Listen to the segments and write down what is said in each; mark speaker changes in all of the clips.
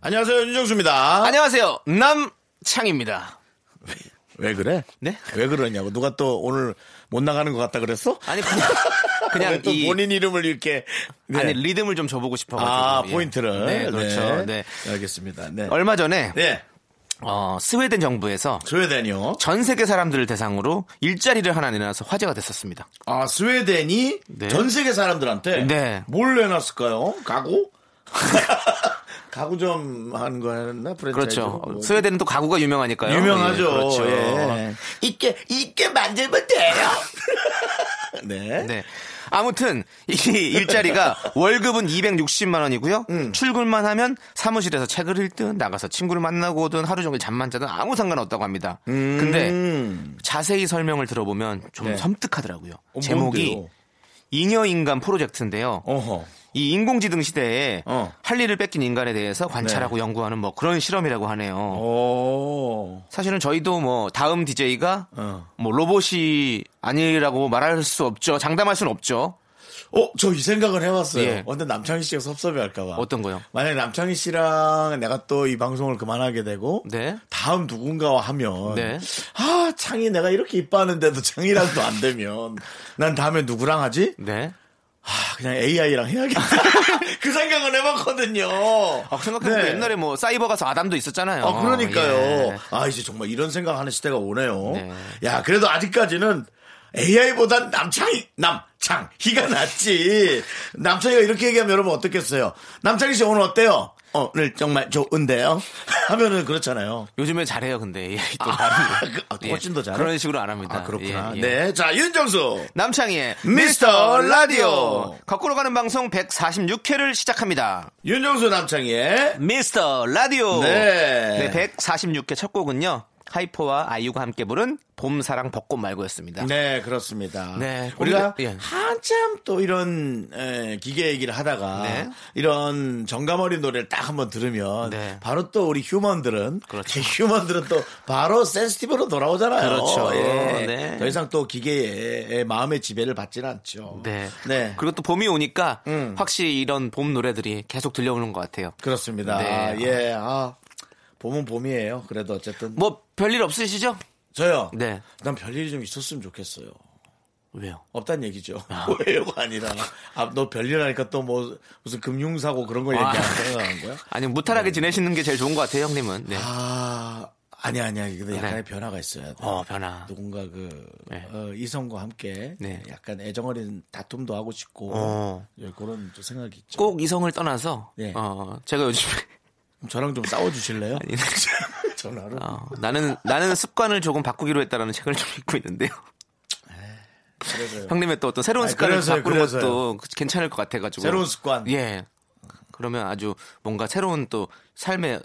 Speaker 1: 안녕하세요 윤정수입니다.
Speaker 2: 아? 안녕하세요. 남창입니다.
Speaker 1: 왜 그래?
Speaker 2: 네?
Speaker 1: 왜 그러냐고 누가 또 오늘 못 나가는 것 같다 그랬어? 아,
Speaker 2: 아니 그냥,
Speaker 1: 왜
Speaker 2: 그냥
Speaker 1: 또
Speaker 2: 이
Speaker 1: 본인 이름을 이렇게 네.
Speaker 2: 아니 리듬을 좀 줘보고 싶어가지고
Speaker 1: 아,
Speaker 2: 예.
Speaker 1: 포인트를
Speaker 2: 네 그렇죠. 네.
Speaker 1: 알겠습니다. 네.
Speaker 2: 얼마 전에
Speaker 1: 네.
Speaker 2: 어, 스웨덴 정부에서
Speaker 1: 스웨덴이요.
Speaker 2: 전 세계 사람들을 대상으로 일자리를 하나 내놔서 화제가 됐었습니다.
Speaker 1: 아 스웨덴이
Speaker 2: 네.
Speaker 1: 전 세계 사람들한테
Speaker 2: 네.
Speaker 1: 뭘 내놨을까요? 가구? 가구 좀 하는 거였나 프랜차이즈?
Speaker 2: 그렇죠.
Speaker 1: 뭐.
Speaker 2: 스웨덴은 또 가구가 유명하니까요.
Speaker 1: 유명하죠.
Speaker 2: 예, 그렇죠.
Speaker 1: 예. 있게 있게 만들면 돼요. 네.
Speaker 2: 네. 아무튼 이 일자리가 월급은 260만 원이고요.
Speaker 1: 음.
Speaker 2: 출근만 하면 사무실에서 책을 읽든 나가서 친구를 만나고 오든 하루 종일 잠만 자든 아무 상관없다고 합니다.
Speaker 1: 음.
Speaker 2: 근데 자세히 설명을 들어보면 좀
Speaker 1: 네.
Speaker 2: 섬뜩하더라고요.
Speaker 1: 어,
Speaker 2: 제목이
Speaker 1: 뭔데요?
Speaker 2: 잉여인간 프로젝트인데요.
Speaker 1: 어허.
Speaker 2: 이 인공지능 시대에
Speaker 1: 어. 네.
Speaker 2: 할 일을 뺏긴 인간에 대해서 관찰하고 연구하는 뭐 그런 실험이라고 하네요.
Speaker 1: 어. 오.
Speaker 2: 사실은 저희도 뭐 다음 DJ가
Speaker 1: 어.
Speaker 2: 뭐 로봇이 아니라고 말할 수 없죠. 장담할 수는 없죠.
Speaker 1: 어, 저 이 생각을 해봤어요.
Speaker 2: 예.
Speaker 1: 근데 남창희 씨가 섭섭해 할까봐.
Speaker 2: 어떤 거요?
Speaker 1: 만약에 남창희 씨랑 내가 또 이 방송을 그만하게 되고.
Speaker 2: 네.
Speaker 1: 다음 누군가와 하면.
Speaker 2: 네.
Speaker 1: 아, 창희 내가 이렇게 이뻐하는데도 창희랑도 안 되면. 난 다음에 누구랑 하지?
Speaker 2: 네.
Speaker 1: 아, 그냥 AI랑 해야겠다. 그 생각을 해봤거든요.
Speaker 2: 아, 생각해보니까
Speaker 1: 네.
Speaker 2: 옛날에 뭐 사이버 가서 아담도 있었잖아요.
Speaker 1: 아, 그러니까요.
Speaker 2: 예.
Speaker 1: 아, 이제 정말 이런 생각하는 시대가 오네요.
Speaker 2: 네.
Speaker 1: 야, 그래도 아직까지는 AI보단 남창이, 남창희가 낫지. 남창희가 이렇게 얘기하면 여러분 어떻겠어요? 남창희 씨 오늘 어때요? 어, 오늘 정말 좋은데요? 하면은 그렇잖아요.
Speaker 2: 요즘에 잘해요, 근데. 예, 또
Speaker 1: 아,
Speaker 2: 다른.
Speaker 1: 그, 아,
Speaker 2: 예.
Speaker 1: 훨씬 더 잘해.
Speaker 2: 그런 식으로 안 합니다.
Speaker 1: 아, 그렇구나.
Speaker 2: 예, 예.
Speaker 1: 네. 자, 윤정수.
Speaker 2: 남창희의
Speaker 1: 미스터
Speaker 2: 미스터
Speaker 1: 라디오.
Speaker 2: 라디오. 거꾸로 가는 방송 146회를 시작합니다.
Speaker 1: 윤정수 남창희의.
Speaker 2: 미스터 라디오.
Speaker 1: 네.
Speaker 2: 네, 146회 첫 곡은요. 하이퍼와 아이유가 함께 부른 봄사랑 벚꽃 말고였습니다.
Speaker 1: 네, 그렇습니다.
Speaker 2: 네,
Speaker 1: 우리가
Speaker 2: 우리가- 예.
Speaker 1: 한참 또 이런 에, 기계 얘기를 하다가
Speaker 2: 네.
Speaker 1: 이런 정감 어린 노래를 딱 한번 들으면
Speaker 2: 네.
Speaker 1: 바로 또 우리 휴먼들은
Speaker 2: 그렇죠.
Speaker 1: 휴먼들은 또 바로 센스티브로 돌아오잖아요.
Speaker 2: 그렇죠.
Speaker 1: 예.
Speaker 2: 네.
Speaker 1: 더 이상 또 기계의 마음의 지배를 받지는 않죠.
Speaker 2: 네.
Speaker 1: 네.
Speaker 2: 그리고 또 봄이 오니까
Speaker 1: 음.
Speaker 2: 확실히 이런 봄 노래들이 계속 들려오는 것 같아요.
Speaker 1: 그렇습니다.
Speaker 2: 네.
Speaker 1: 아, 예. 아. 봄은 봄이에요. 그래도 어쨌든
Speaker 2: 뭐 별일 없으시죠?
Speaker 1: 저요.
Speaker 2: 네.
Speaker 1: 난 별일이 좀 있었으면 좋겠어요.
Speaker 2: 왜요?
Speaker 1: 없단 얘기죠. 왜요가 아니라 아, 너 별일하니까 또 뭐 무슨 금융사고 그런 거
Speaker 2: 아.
Speaker 1: 얘기하는 거야?
Speaker 2: 아니 무탈하게 지내시는 게 제일 좋은 것 네. 같아요, 형님은. 네.
Speaker 1: 아 아니 아니야. 근데 약간의
Speaker 2: 그래.
Speaker 1: 변화가 있어야 돼.
Speaker 2: 어 변화.
Speaker 1: 누군가 그
Speaker 2: 네.
Speaker 1: 어, 이성과 함께
Speaker 2: 네.
Speaker 1: 약간 애정어린 다툼도 하고 싶고
Speaker 2: 어.
Speaker 1: 예, 그런 좀 생각이 있죠.
Speaker 2: 꼭 이성을 떠나서
Speaker 1: 예.
Speaker 2: 어 제가 요즘에
Speaker 1: 그럼 저랑 좀 싸워 주실래요?
Speaker 2: 아니,
Speaker 1: 전화로.
Speaker 2: 어, 나는 나는 습관을 조금 바꾸기로 했다라는 책을 좀 읽고 있는데요.
Speaker 1: 그래서요.
Speaker 2: 형님의 또 어떤 새로운
Speaker 1: 네. 아니,
Speaker 2: 습관을
Speaker 1: 그래서요,
Speaker 2: 바꾸는
Speaker 1: 그래서요.
Speaker 2: 것도 괜찮을 것 같아가지고.
Speaker 1: 새로운 습관.
Speaker 2: 예. 그러면 아주 뭔가 새로운 또 삶의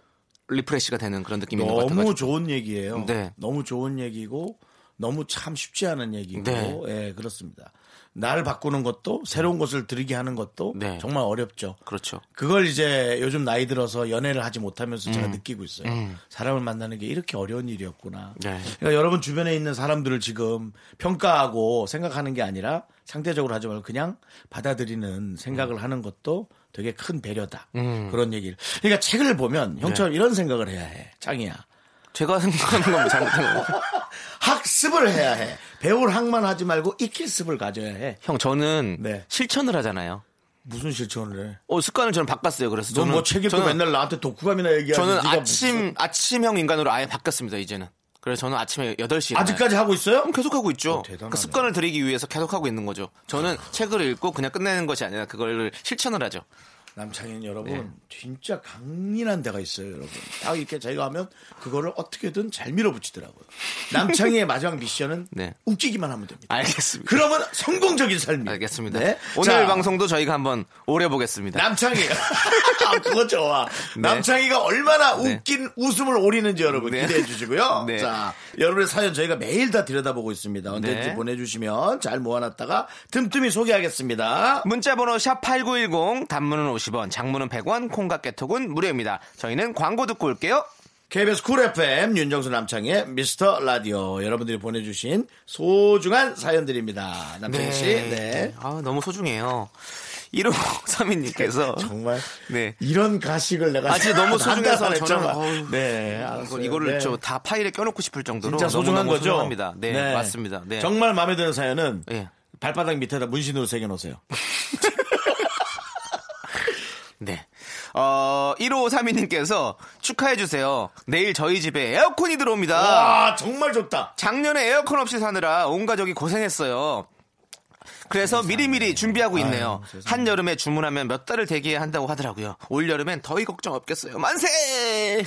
Speaker 2: 리프레시가 되는 그런 느낌인 것 같아가지고.
Speaker 1: 너무 좋은 얘기예요.
Speaker 2: 네.
Speaker 1: 너무 좋은 얘기고 너무 참 쉽지 않은 얘기고
Speaker 2: 네.
Speaker 1: 예 그렇습니다. 날 바꾸는 것도 새로운 것을 들이게 하는 것도
Speaker 2: 네.
Speaker 1: 정말 어렵죠.
Speaker 2: 그렇죠.
Speaker 1: 그걸 이제 요즘 나이 들어서 연애를 하지 못하면서
Speaker 2: 음.
Speaker 1: 제가 느끼고 있어요. 사람을 만나는 게 이렇게 어려운 일이었구나.
Speaker 2: 네.
Speaker 1: 그러니까 여러분 주변에 있는 사람들을 지금 평가하고 생각하는 게 아니라 상대적으로 하지 말고 그냥 받아들이는 생각을
Speaker 2: 음.
Speaker 1: 하는 것도 되게 큰 배려다. 그런 얘기를. 그러니까 책을
Speaker 2: 네.
Speaker 1: 보면 형처럼 이런 생각을 해야 해. 장이야.
Speaker 2: 제가 생각하는 건뭐 잘못한 거고.
Speaker 1: 학습을 해야 해. 배울 학만 하지 말고 익힐습을 가져야 해.
Speaker 2: 형 저는
Speaker 1: 네.
Speaker 2: 실천을 하잖아요.
Speaker 1: 무슨 실천을 해?
Speaker 2: 어 습관을 저는 바꿨어요. 그래서 저는
Speaker 1: 넌뭐 책 읽고
Speaker 2: 저는-
Speaker 1: 맨날 나한테 독후감이나 얘기하지.
Speaker 2: 저는
Speaker 1: 네가
Speaker 2: 아침
Speaker 1: 무슨-
Speaker 2: 아침형 인간으로 아예 바뀌었습니다 이제는. 그래서 저는 아침에 8시에
Speaker 1: 아직까지 하고 있어요?
Speaker 2: 계속 하고 있죠.
Speaker 1: 어, 대단하네. 아.
Speaker 2: 그 습관을 들이기 위해서 계속 하고 있는 거죠. 저는 책을 읽고 그냥 끝내는 것이 아니라 그걸 실천을 하죠.
Speaker 1: 남창인 여러분
Speaker 2: 네.
Speaker 1: 진짜 강인한 데가 있어요 여러분 딱 이렇게 저희가 하면 그거를 어떻게든 잘 밀어붙이더라고요 남창희의 마지막 미션은
Speaker 2: 네.
Speaker 1: 웃기기만 하면 됩니다
Speaker 2: 알겠습니다.
Speaker 1: 그러면 성공적인 삶이
Speaker 2: 알겠습니다. 오늘 방송도 네. 저희가 한번 오래 보겠습니다.
Speaker 1: 남창희 아, 그거 좋아 남창희가 얼마나
Speaker 2: 네.
Speaker 1: 웃긴 웃음을 오리는지 여러분
Speaker 2: 네.
Speaker 1: 기대해 주시고요
Speaker 2: 네.
Speaker 1: 자 여러분의 사연 저희가 매일 다 들여다보고 있습니다 언제든지
Speaker 2: 네.
Speaker 1: 보내주시면 잘 모아놨다가 틈틈이 소개하겠습니다
Speaker 2: 문자번호 샵 8910 단문은 50원 장문은 100원 콩과 깨톡은 무료입니다. 저희는 광고 듣고 올게요.
Speaker 1: KBS 쿨 FM 윤정수 남창의 미스터 라디오 여러분들이 보내주신 소중한 사연들입니다. 남창희 씨, 네.
Speaker 2: 아, 너무 소중해요. 1532님께서
Speaker 1: 정말
Speaker 2: 네.
Speaker 1: 이런 가식을 내가
Speaker 2: 아, 진짜 너무
Speaker 1: 난다서
Speaker 2: 소중해서
Speaker 1: 안
Speaker 2: 저는
Speaker 1: 했잖아.
Speaker 2: 어우,
Speaker 1: 네, 알았어요.
Speaker 2: 이걸, 이거를
Speaker 1: 네.
Speaker 2: 저 다 파일에 껴놓고 싶을 정도로
Speaker 1: 진짜 소중한
Speaker 2: 너무너무
Speaker 1: 거죠.
Speaker 2: 소중합니다. 네, 맞습니다. 네.
Speaker 1: 정말 마음에 드는 사연은
Speaker 2: 예.
Speaker 1: 발바닥 밑에다 문신으로 새겨놓으세요.
Speaker 2: 네. 어, 1532님께서 축하해주세요. 내일 저희 집에 에어컨이 들어옵니다.
Speaker 1: 와, 정말 좋다.
Speaker 2: 작년에 에어컨 없이 사느라 온 가족이 고생했어요. 그래서 미리미리 준비하고 있네요. 한여름에 주문하면 몇 달을 대기해야 한다고 하더라고요. 올여름엔 더위 걱정 없겠어요. 만세!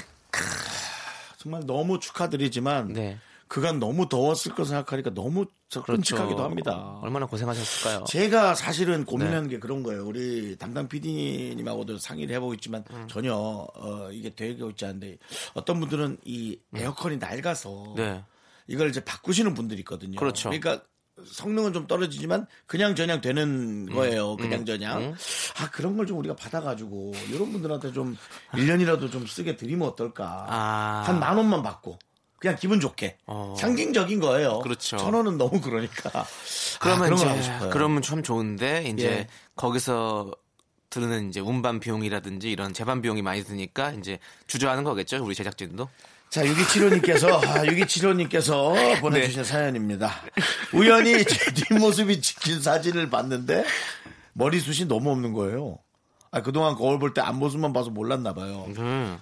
Speaker 1: 정말 너무 축하드리지만
Speaker 2: 네. 그렇죠.
Speaker 1: 그간 너무 더웠을 거 생각하니까 너무 끔찍하기도 합니다.
Speaker 2: 얼마나 고생하셨을까요?
Speaker 1: 제가 사실은 고민한
Speaker 2: 네.
Speaker 1: 게 그런 거예요. 우리 담당 PD님하고도 상의를 해보고 있지만
Speaker 2: 음.
Speaker 1: 전혀 어, 이게 되고 있지 않은데 어떤 분들은 이 에어컨이 낡아서
Speaker 2: 음. 네.
Speaker 1: 이걸 이제 바꾸시는 분들이 있거든요.
Speaker 2: 그렇죠.
Speaker 1: 러니까 성능은 좀 떨어지지만 그냥 저냥
Speaker 2: 음.
Speaker 1: 되는 거예요. 그냥 저냥. 아 그런 걸 좀 우리가 받아가지고 이런 분들한테 좀 1년이라도 좀 쓰게 드리면 어떨까.
Speaker 2: 아.
Speaker 1: 한 만 원만 받고. 그냥 기분 좋게
Speaker 2: 어.
Speaker 1: 상징적인 거예요.
Speaker 2: 그렇죠.
Speaker 1: 천 원은 너무 그러니까. 아,
Speaker 2: 그러면
Speaker 1: 그런 걸 하고
Speaker 2: 이제
Speaker 1: 싶어요.
Speaker 2: 그러면 참 좋은데 이제
Speaker 1: 예.
Speaker 2: 거기서 드는 이제 운반 비용이라든지 이런 재반 비용이 많이 드니까 이제 주저하는 거겠죠 우리 제작진도
Speaker 1: 자, 6275님께서, 아, 6275님께서 보내주신 사연입니다. 우연히 제 뒷모습이 찍힌 사진을 봤는데, 머리숱이 너무 없는 거예요. 아, 그동안 거울 볼 때 앞모습만 봐서 몰랐나 봐요.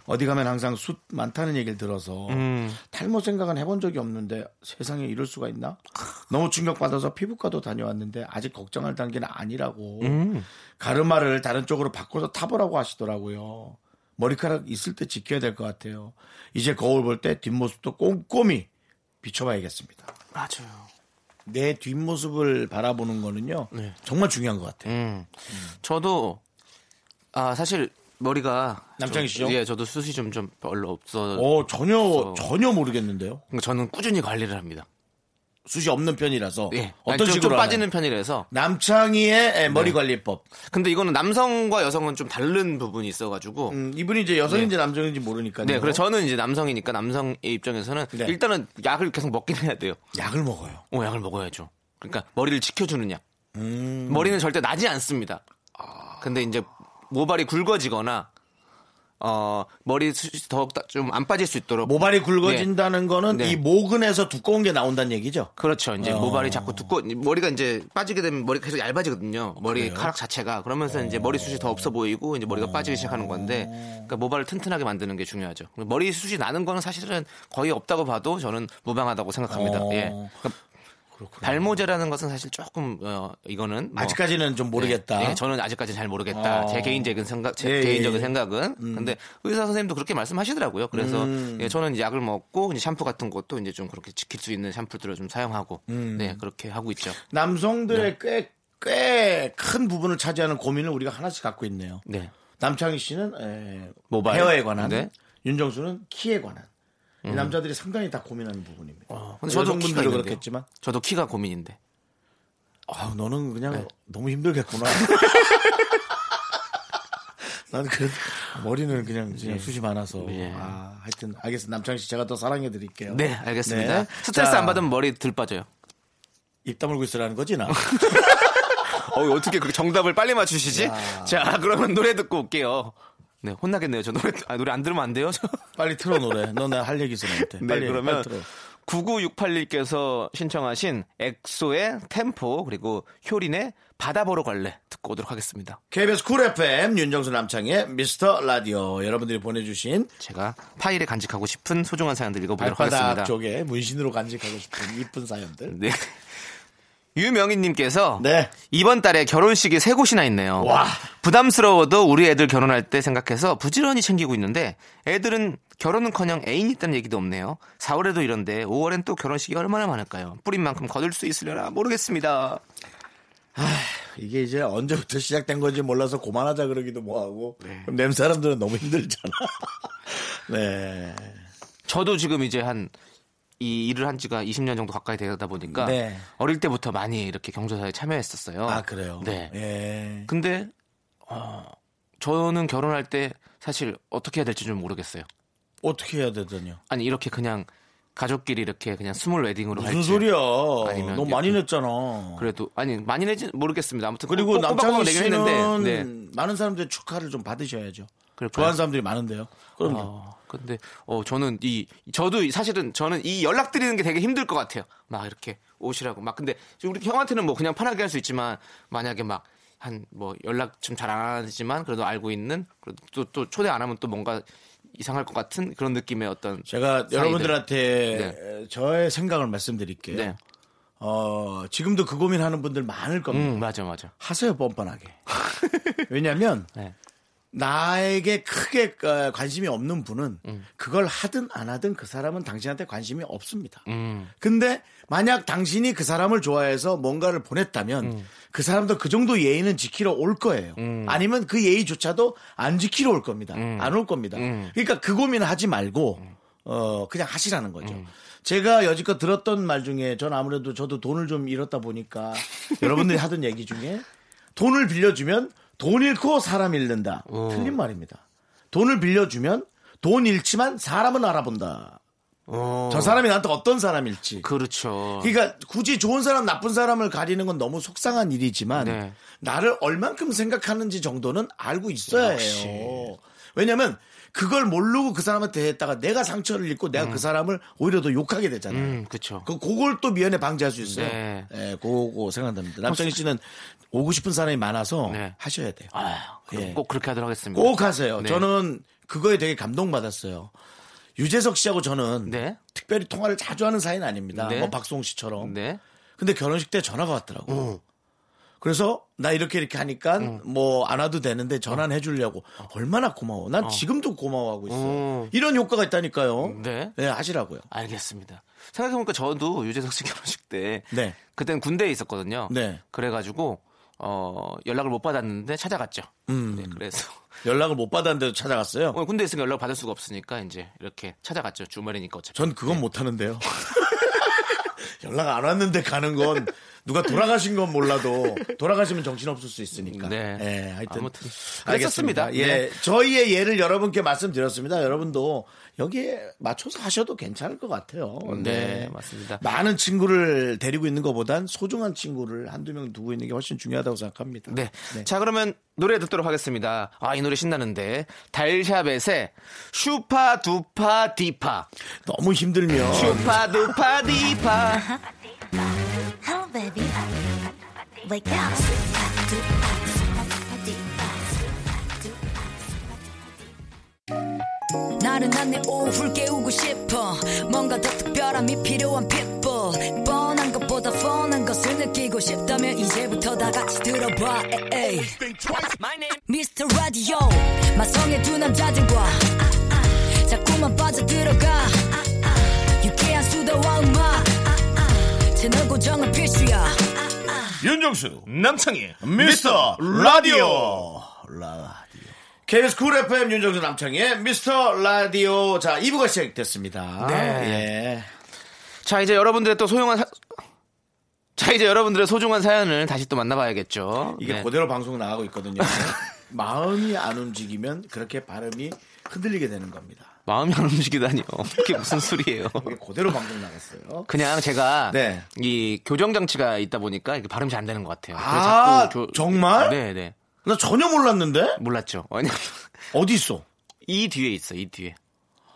Speaker 1: 어디 가면 항상 숱 많다는 얘기를 들어서,
Speaker 2: 음.
Speaker 1: 탈모 생각은 해본 적이 없는데, 세상에 이럴 수가 있나? 너무 충격받아서 피부과도 다녀왔는데, 아직 걱정할 단계는 아니라고,
Speaker 2: 음.
Speaker 1: 가르마를 다른 쪽으로 바꿔서 타보라고 하시더라고요. 머리카락 있을 때 지켜야 될 것 같아요. 이제 거울 볼 때 뒷모습도 꼼꼼히 비춰봐야겠습니다.
Speaker 2: 맞아요.
Speaker 1: 내 뒷모습을 바라보는 거는요.
Speaker 2: 네.
Speaker 1: 정말 중요한 것 같아요.
Speaker 2: 음. 저도 아 사실 머리가
Speaker 1: 남창희
Speaker 2: 좀-
Speaker 1: 씨요?
Speaker 2: 예, 저도 숱이 좀 좀 별로 없어.
Speaker 1: 어, 전혀, 전혀 모르겠는데요.
Speaker 2: 그러니까 저는 꾸준히 관리를 합니다.
Speaker 1: 숱이 없는 편이라서.
Speaker 2: 예, 아니,
Speaker 1: 어떤
Speaker 2: 좀,
Speaker 1: 식으로
Speaker 2: 좀
Speaker 1: 하나요?
Speaker 2: 빠지는 편이라서. 네.
Speaker 1: 남창희의 예, 머리관리법.
Speaker 2: 근데 이거는 남성과 여성은 좀 다른 부분이 있어가지고.
Speaker 1: 음, 이분이 이제 여성인지 남성인지 모르니까요.
Speaker 2: 네, 그래서 저는 이제 남성이니까 남성의 입장에서는
Speaker 1: 네.
Speaker 2: 일단은 약을 계속 먹긴 해야 돼요.
Speaker 1: 약을 먹어요.
Speaker 2: 어, 약을 먹어야죠. 그러니까 머리를 지켜주는 약. 머리는 절대 나지 않습니다. 근데 이제 모발이 굵어지거나 어 머리 숱이 더좀안 빠질 수 있도록
Speaker 1: 모발이 굵어진다는 거는
Speaker 2: 네.
Speaker 1: 이 모근에서 두꺼운 게 나온다는 얘기죠.
Speaker 2: 그렇죠.
Speaker 1: 어.
Speaker 2: 이제 모발이 자꾸 두꺼 머리가 이제 빠지게 되면 머리가 계속 얇아지거든요. 머리카락 자체가 그러면서 이제 머리숱이 더 없어 보이고 이제 머리가 빠지기 시작하는 건데 그러니까 모발을 튼튼하게 만드는 게 중요하죠. 머리숱이 나는 거는 사실은 거의 없다고 봐도 저는 무방하다고 생각합니다.
Speaker 1: 어.
Speaker 2: 예. 그러니까 발모제라는 것은 사실 조금 어, 이거는 뭐-
Speaker 1: 아직까지는 좀 모르겠다.
Speaker 2: 예, 저는 아직까지 잘 모르겠다.
Speaker 1: 어.
Speaker 2: 제 개인적인 생각, 제
Speaker 1: 예, 예,
Speaker 2: 개인적인
Speaker 1: 예.
Speaker 2: 생각은. 근데 의사 선생님도 그렇게 말씀하시더라고요. 그래서 예, 저는 이제 약을 먹고 이제 샴푸 같은 것도 이제 좀 그렇게 지킬 수 있는 샴푸들을 좀 사용하고 네 그렇게 하고 있죠. 네.
Speaker 1: 남성들의 꽤 꽤 큰 부분을 차지하는 고민을 우리가 하나씩 갖고 있네요.
Speaker 2: 네.
Speaker 1: 남창희 씨는 에,
Speaker 2: 모발.
Speaker 1: 헤어에 관한,
Speaker 2: 네. 음.
Speaker 1: 윤정수는 키에 관한. 이 남자들이 상당히 다 고민하는 부분입니다.
Speaker 2: 어, 근데 저도 키가
Speaker 1: 여성분들도
Speaker 2: 있는데요.
Speaker 1: 그렇겠지만,
Speaker 2: 저도 키가 고민인데.
Speaker 1: 아 너는 그냥
Speaker 2: 네.
Speaker 1: 너무 힘들겠구나. 난 그래도 머리는 그냥 그냥 숱이 많아서
Speaker 2: 예.
Speaker 1: 아 하여튼 알겠습니다 남창희 씨 제가 더 사랑해 드릴게요
Speaker 2: 네 알겠습니다. 스트레스 안 받으면 머리 들 빠져요.
Speaker 1: 입 다물고 있으라는 거지 나
Speaker 2: 어 어떻게 그 정답을 빨리 맞추시지? 자 그러면 노래 듣고 올게요. 네 혼나겠네요. 저 노래 아, 노래 안 들으면 안 돼요. 저.
Speaker 1: 빨리 틀어 노래 너 나 할 얘기 있어 나한테
Speaker 2: 네,
Speaker 1: 빨리 빨리
Speaker 2: 그러면
Speaker 1: 틀어.
Speaker 2: 9968님께서 신청하신 엑소의 템포 그리고 효린의 바다 보러 갈래 듣고 오도록 하겠습니다.
Speaker 1: KBS 쿨 FM 윤정수 남창의 미스터 라디오 여러분들이 보내주신
Speaker 2: 제가 파일에 간직하고 싶은 네, 소중한 사연들 읽어보도록
Speaker 1: 발바닥
Speaker 2: 하겠습니다.
Speaker 1: 쪽에 문신으로 간직하고 싶은 이쁜 사연들
Speaker 2: 네. 유명희님께서
Speaker 1: 네.
Speaker 2: 이번 달에 결혼식이 세 곳이나 있네요.
Speaker 1: 와.
Speaker 2: 부담스러워도 우리 애들 결혼할 때 생각해서 부지런히 챙기고 있는데 애들은 결혼은커녕 애인 있다는 얘기도 없네요. 4월에도 이런데 5월엔 또 결혼식이 얼마나 많을까요? 뿌린 만큼 거둘 수 있으려나 모르겠습니다.
Speaker 1: 이게 이제 언제부터 시작된 건지 몰라서 고만하자 그러기도 뭐하고
Speaker 2: 네.
Speaker 1: 그럼 냄 사람들은 너무 힘들잖아. 네.
Speaker 2: 저도 지금 이제 한 이 일을 한 지가 20년 정도 가까이 되다 보니까
Speaker 1: 네.
Speaker 2: 어릴 때부터 많이 이렇게 경조사에 참여했었어요.
Speaker 1: 아 그래요.
Speaker 2: 네.
Speaker 1: 예.
Speaker 2: 근데 어, 저는 결혼할 때 사실 어떻게 해야 될지 좀 모르겠어요.
Speaker 1: 어떻게 해야 되더니요?
Speaker 2: 아니 이렇게 그냥 가족끼리 이렇게 그냥 스몰 웨딩으로
Speaker 1: 무슨
Speaker 2: 할지.
Speaker 1: 소리야?
Speaker 2: 아니면
Speaker 1: 너무 많이
Speaker 2: 이렇게-
Speaker 1: 냈잖아.
Speaker 2: 그래도 어, 아니 많이 내지 모르겠습니다. 아무튼
Speaker 1: 그리고
Speaker 2: 꼬- 꼬박꼬박
Speaker 1: 남창희
Speaker 2: 내긴
Speaker 1: 씨는
Speaker 2: 했는데, 네.
Speaker 1: 많은 사람들의 축하를 좀 받으셔야죠.
Speaker 2: 그럴까요?
Speaker 1: 좋아하는 사람들이 많은데요. 그럼요.
Speaker 2: 어, 근데 어 저는 이 저도 이- 사실은 저는 이 연락 드리는 게 되게 힘들 것 같아요. 막 이렇게 오시라고 막 근데 우리 형한테는 뭐 그냥 편하게 할 수 있지만 만약에 막 한 뭐 연락 좀 잘 안 하지만 그래도 알고 있는 그래도 또, 또 초대 안 하면 또 뭔가 이상할 것 같은 그런 느낌의 어떤
Speaker 1: 제가
Speaker 2: 사이들.
Speaker 1: 여러분들한테 저의 생각을 말씀드릴게요.
Speaker 2: 네.
Speaker 1: 어, 지금도 그 고민하는 분들 많을 겁니다.
Speaker 2: 음 맞아 맞아
Speaker 1: 하세요 뻔뻔하게. 왜냐하면
Speaker 2: 네.
Speaker 1: 나에게 크게 어, 관심이 없는 분은
Speaker 2: 음.
Speaker 1: 그걸 하든 안 하든 그 사람은 당신한테 관심이 없습니다.
Speaker 2: 음
Speaker 1: 근데 만약 당신이 그 사람을 좋아해서 뭔가를 보냈다면 그 사람도 그 정도 예의는 지키러 올 거예요. 아니면 그 예의조차도 안 지키러 올 겁니다. 안 올 겁니다. 그러니까 그 고민하지 말고 어 그냥 하시라는 거죠. 제가 여지껏 들었던 말 중에 전 아무래도 저도 돈을 좀 잃었다 보니까 여러분들이 하던 얘기 중에 돈을 빌려주면 돈 잃고 사람 잃는다. 틀린 말입니다. 돈을 빌려주면 돈 잃지만 사람은 알아본다.
Speaker 2: 어,
Speaker 1: 저 사람이 나한테 어떤 사람일지.
Speaker 2: 그렇죠.
Speaker 1: 그러니까 굳이 좋은 사람 나쁜 사람을 가리는 건 너무 속상한 일이지만
Speaker 2: 네.
Speaker 1: 나를 얼만큼 생각하는지 정도는 알고 있어야
Speaker 2: 네,
Speaker 1: 해요. 왜냐면 그걸 모르고 그 사람한테 했다가 내가 상처를 입고 내가 그 사람을 오히려 더 욕하게 되잖아요.
Speaker 2: 음 그렇죠.
Speaker 1: 그 그걸 또 미연에 방지할 수 있어요.
Speaker 2: 네.
Speaker 1: 예, 그거 생각합니다. 남정희 씨는 오고 싶은 사람이 많아서
Speaker 2: 네.
Speaker 1: 하셔야 돼요.
Speaker 2: 아, 그럼
Speaker 1: 예.
Speaker 2: 꼭 그렇게 하도록 하겠습니다.
Speaker 1: 꼭 하세요.
Speaker 2: 네.
Speaker 1: 저는 그거에 되게 감동받았어요. 유재석 씨하고 저는
Speaker 2: 네.
Speaker 1: 특별히 통화를 자주 하는 사이는 아닙니다.
Speaker 2: 네.
Speaker 1: 뭐 박송 씨처럼.
Speaker 2: 네.
Speaker 1: 근데 결혼식 때 전화가 왔더라고. 그래서 나 이렇게 이렇게 하니까 뭐 안 와도 되는데 전화는 해주려고 얼마나 고마워. 난 지금도 고마워하고 있어.
Speaker 2: 어.
Speaker 1: 이런 효과가 있다니까요.
Speaker 2: 네.
Speaker 1: 하시라고요.
Speaker 2: 알겠습니다. 생각해보니까 저도 유재석 씨 결혼식 때
Speaker 1: 네.
Speaker 2: 그때는 군대에 있었거든요.
Speaker 1: 네.
Speaker 2: 그래가지고 어 연락을 못 받았는데 찾아갔죠.
Speaker 1: 음.
Speaker 2: 네, 그래서
Speaker 1: 연락을 못 받았는데도 찾아갔어요.
Speaker 2: 어, 군대에 있으니까 연락 받을 수가 없으니까 이제 이렇게 찾아갔죠. 주말이니까 어차피.
Speaker 1: 전 그건 못 하는데요. 연락 안 왔는데 가는 건 누가 돌아가신 건 몰라도 돌아가시면 정신 없을 수 있으니까.
Speaker 2: 네.
Speaker 1: 예, 하여튼
Speaker 2: 아무튼
Speaker 1: 알겠습니다.
Speaker 2: 그랬었습니다. 네.
Speaker 1: 예, 저희의 예를 여러분께 말씀드렸습니다. 여러분도 여기에 맞춰서 하셔도 괜찮을 것 같아요.
Speaker 2: 네, 맞습니다.
Speaker 1: 많은 친구를 데리고 있는 것보단 소중한 친구를 한두명 두고 있는 게 훨씬 중요하다고 생각합니다.
Speaker 2: 네. 자, 그러면 노래 듣도록 하겠습니다. 아, 이 노래 신나는데. 달샤벳의 슈파 두파 디파.
Speaker 1: 너무 힘들면
Speaker 2: 슈파 두파 디파.
Speaker 3: Hello, baby. Wake up.
Speaker 4: 나른한 내 오후를 깨우고 싶어 뭔가 더 특별함이 필요한 people 뻔한 것보다 뻔한 것을 느끼고 싶다면 이제부터 다 같이 들어봐 에이. Mr. Radio 마성의 두 남자들과 자꾸만 빠져들어가 유쾌한 수다와 음악 채널 고정은 필수야
Speaker 1: 윤정수 남창희 미스터 라디오 라디오 KBS 쿨 FM 윤정수 남창희의 미스터 라디오 자 2부가 시작됐습니다 예.
Speaker 2: 네. 자 이제 여러분들의 또 소중한 사... 자 이제 여러분들의 소중한 사연을 다시 또 만나봐야겠죠.
Speaker 1: 예. 이게
Speaker 2: 네.
Speaker 1: 그대로 방송 나가고 있거든요 마음이 안 움직이면 그렇게 발음이 흔들리게 되는 겁니다
Speaker 2: 마음이 안 움직이다니요. 그게 무슨 소리예요?
Speaker 1: 이게 그대로 방송 나갔어요
Speaker 2: 그냥 제가
Speaker 1: 네.
Speaker 2: 이 교정 장치가 있다 보니까 이게 발음이 잘 안 되는 것 같아요. 그래서
Speaker 1: 아, 정말?
Speaker 2: 네네
Speaker 1: 나 전혀 몰랐는데
Speaker 2: 몰랐죠. 아니
Speaker 1: 어디 있어
Speaker 2: 이 뒤에 있어 이 뒤에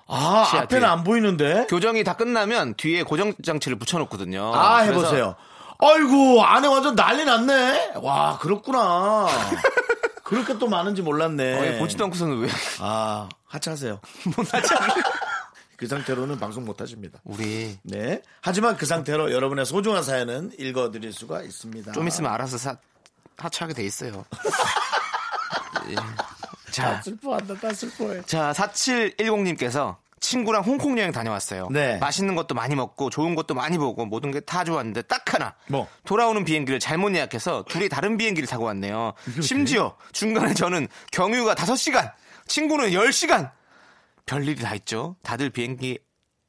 Speaker 1: 아
Speaker 2: 치아
Speaker 1: 앞에는
Speaker 2: 뒤에.
Speaker 1: 안 보이는데
Speaker 2: 교정이 다 끝나면 뒤에 고정 장치를 붙여놓거든요.
Speaker 1: 아
Speaker 2: 그래서
Speaker 1: 해보세요. 아이고 안에 완전 난리 났네. 와 그렇구나. 그렇게 또 많은지 몰랐네.
Speaker 2: 거의 보지도 않고서는 왜
Speaker 1: 아 하차하세요.
Speaker 2: 못하지 않아요?
Speaker 1: 그 상태로는 방송 못 하십니다.
Speaker 2: 우리
Speaker 1: 네. 하지만 그 상태로 여러분의 소중한 사연은 읽어드릴 수가 있습니다.
Speaker 2: 좀 있으면 알아서 사, 하차하게 돼 있어요. 예.
Speaker 1: 아.
Speaker 2: 자,
Speaker 1: 슬퍼한다, 나 슬퍼해.
Speaker 2: 자, 4710님께서 친구랑 홍콩 여행 다녀왔어요.
Speaker 1: 네.
Speaker 2: 맛있는 것도 많이 먹고 좋은 것도 많이 보고 모든 게 다 좋았는데 딱 하나.
Speaker 1: 뭐?
Speaker 2: 돌아오는 비행기를 잘못 예약해서 둘이 다른 비행기를 타고 왔네요. 심지어 중간에 저는 경유가 5시간, 친구는 10시간. 별일이 다 있죠. 다들 비행기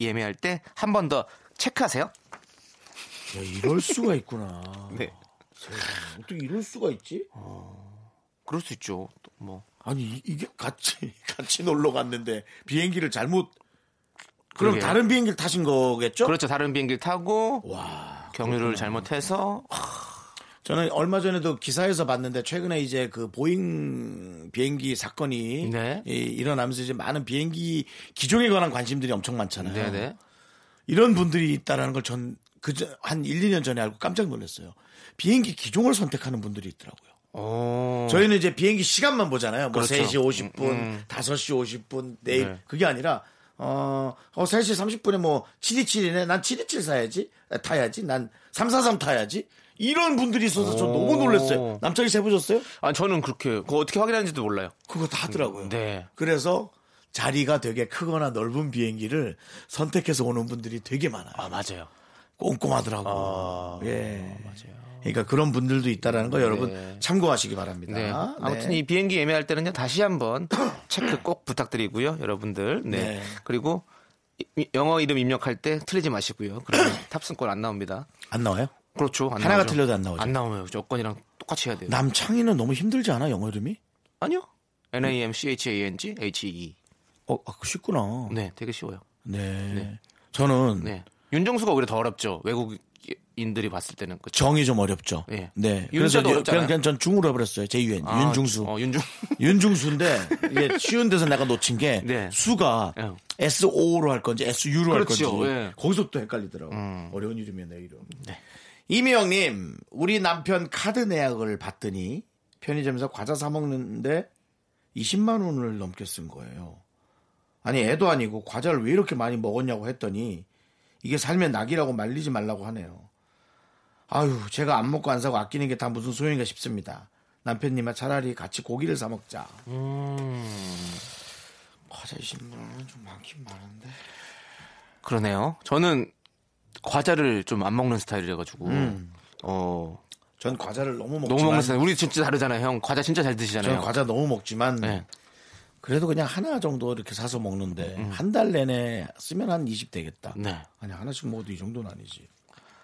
Speaker 2: 예매할 때 한 번 더 체크하세요.
Speaker 1: 야, 이럴 수가 있구나.
Speaker 2: 네.
Speaker 1: 어떻게 이럴 수가 있지?
Speaker 2: 그럴 수 있죠. 또 뭐.
Speaker 1: 아니 이- 이게 같이 같이 놀러 갔는데 비행기를 잘못 그럼
Speaker 2: 그러게요.
Speaker 1: 다른 비행기를 타신 거겠죠?
Speaker 2: 그렇죠. 다른 비행기를 타고
Speaker 1: 와
Speaker 2: 경유를 잘못해서
Speaker 1: 저는 얼마 전에도 기사에서 봤는데 최근에 이제 그 보잉 비행기 사건이
Speaker 2: 네.
Speaker 1: 이- 일어나면서 이제 많은 비행기 기종에 관한 관심들이 엄청 많잖아요.
Speaker 2: 네네.
Speaker 1: 이런 분들이 있다라는 걸 전 그저 한 1, 2년 전에 알고 깜짝 놀랐어요. 비행기 기종을 선택하는 분들이 있더라고요.
Speaker 2: 오.
Speaker 1: 저희는 이제 비행기 시간만 보잖아요. 뭐
Speaker 2: 어. 그렇죠. 음. 네.
Speaker 1: 3시 50분, 5시 50분, 내일. 그게 아니라, 어, 어, 3시 30분에 뭐 727이네. 난 727 사야지. 아, 타야지. 난 343 타야지. 이런 분들이 있어서 저 너무 놀랐어요. 남창이 세보셨어요?
Speaker 2: 아 저는 그렇게 그거 어떻게 확인하는지도 몰라요.
Speaker 1: 그거 다 하더라고요.
Speaker 2: 네.
Speaker 1: 그래서 자리가 되게 크거나 넓은 비행기를 선택해서 오는 분들이 되게 많아요.
Speaker 2: 아 맞아요. 아,
Speaker 1: 꼼꼼하더라고. 예. 그러니까 그런 분들도 있다라는 거 여러분 참고하시기 바랍니다.
Speaker 2: 네. 아, 무튼
Speaker 1: 네.
Speaker 2: 이 비행기 예매할 때는요 다시 한번 체크 꼭 부탁드리고요 여러분들. 네.
Speaker 1: 네.
Speaker 2: 그리고 이- 이- 영어 이름 입력할 때 틀리지 마시고요. 그러면 탑승권 안 나옵니다.
Speaker 1: 안 나와요?
Speaker 2: 그렇죠. 안
Speaker 1: 하나가
Speaker 2: 나오죠.
Speaker 1: 틀려도 안 나오죠.
Speaker 2: 안 나오면 여건이랑 똑같이 해야 돼요.
Speaker 1: 남창희는 너무 힘들지 않아 영어 이름이?
Speaker 2: 아니요.
Speaker 1: 음.
Speaker 2: N A M C H A N G H E.
Speaker 1: 어, 음. 아, 그거 쉽구나. 네.
Speaker 2: 네, 되게 쉬워요.
Speaker 1: 저는
Speaker 2: 네. 윤정수가 오히려 더 어렵죠. 외국인들이 봤을 때는 그렇죠.
Speaker 1: 정이 좀 어렵죠.
Speaker 2: 예.
Speaker 1: 네.
Speaker 2: 윤자도
Speaker 1: 그래서 이제
Speaker 2: 어렵잖아요.
Speaker 1: 그냥, 그냥 전 중으로 해버렸어요. 제 유엔.
Speaker 2: 아,
Speaker 1: 윤중수.
Speaker 2: 어, 윤중.
Speaker 1: 윤중수인데 이게 쉬운 데서 내가 놓친 게
Speaker 2: 네.
Speaker 1: 수가
Speaker 2: 예.
Speaker 1: SO로 할 건지 SU로 할 건지
Speaker 2: 그렇죠. 예.
Speaker 1: 거기서 또 헷갈리더라고. 요 어려운 이름이야 내 이름. 음. 네. 이미영님 우리 남편 카드 내역을 봤더니 편의점에서 과자 사 먹는데 20만 원을 넘게 쓴 거예요. 아니 애도 아니고 과자를 왜 이렇게 많이 먹었냐고 했더니 이게 삶의 낙이라고 말리지 말라고 하네요. 아유, 제가 안 먹고 안 사고 아끼는 게 다 무슨 소용인가 싶습니다. 남편님아 차라리 같이 고기를 사 먹자. 음. 과자 20만 원은 좀 많긴 많은데.
Speaker 2: 그러네요. 저는 과자를 좀 안 먹는 스타일이라 가지고
Speaker 1: 음.
Speaker 2: 어
Speaker 1: 전 과자를 너무 먹지만
Speaker 2: 너무 먹는 스타일. 우리 진짜 다르잖아요, 형. 과자 진짜 잘
Speaker 1: 전
Speaker 2: 드시잖아요.
Speaker 1: 과자 너무 먹지만
Speaker 2: 네.
Speaker 1: 그래도 그냥 하나 정도 이렇게 사서 먹는데 한 달 내내 쓰면 한 20 되겠다.
Speaker 2: 음, 네.
Speaker 1: 아니 하나씩 먹어도 이 정도는 아니지.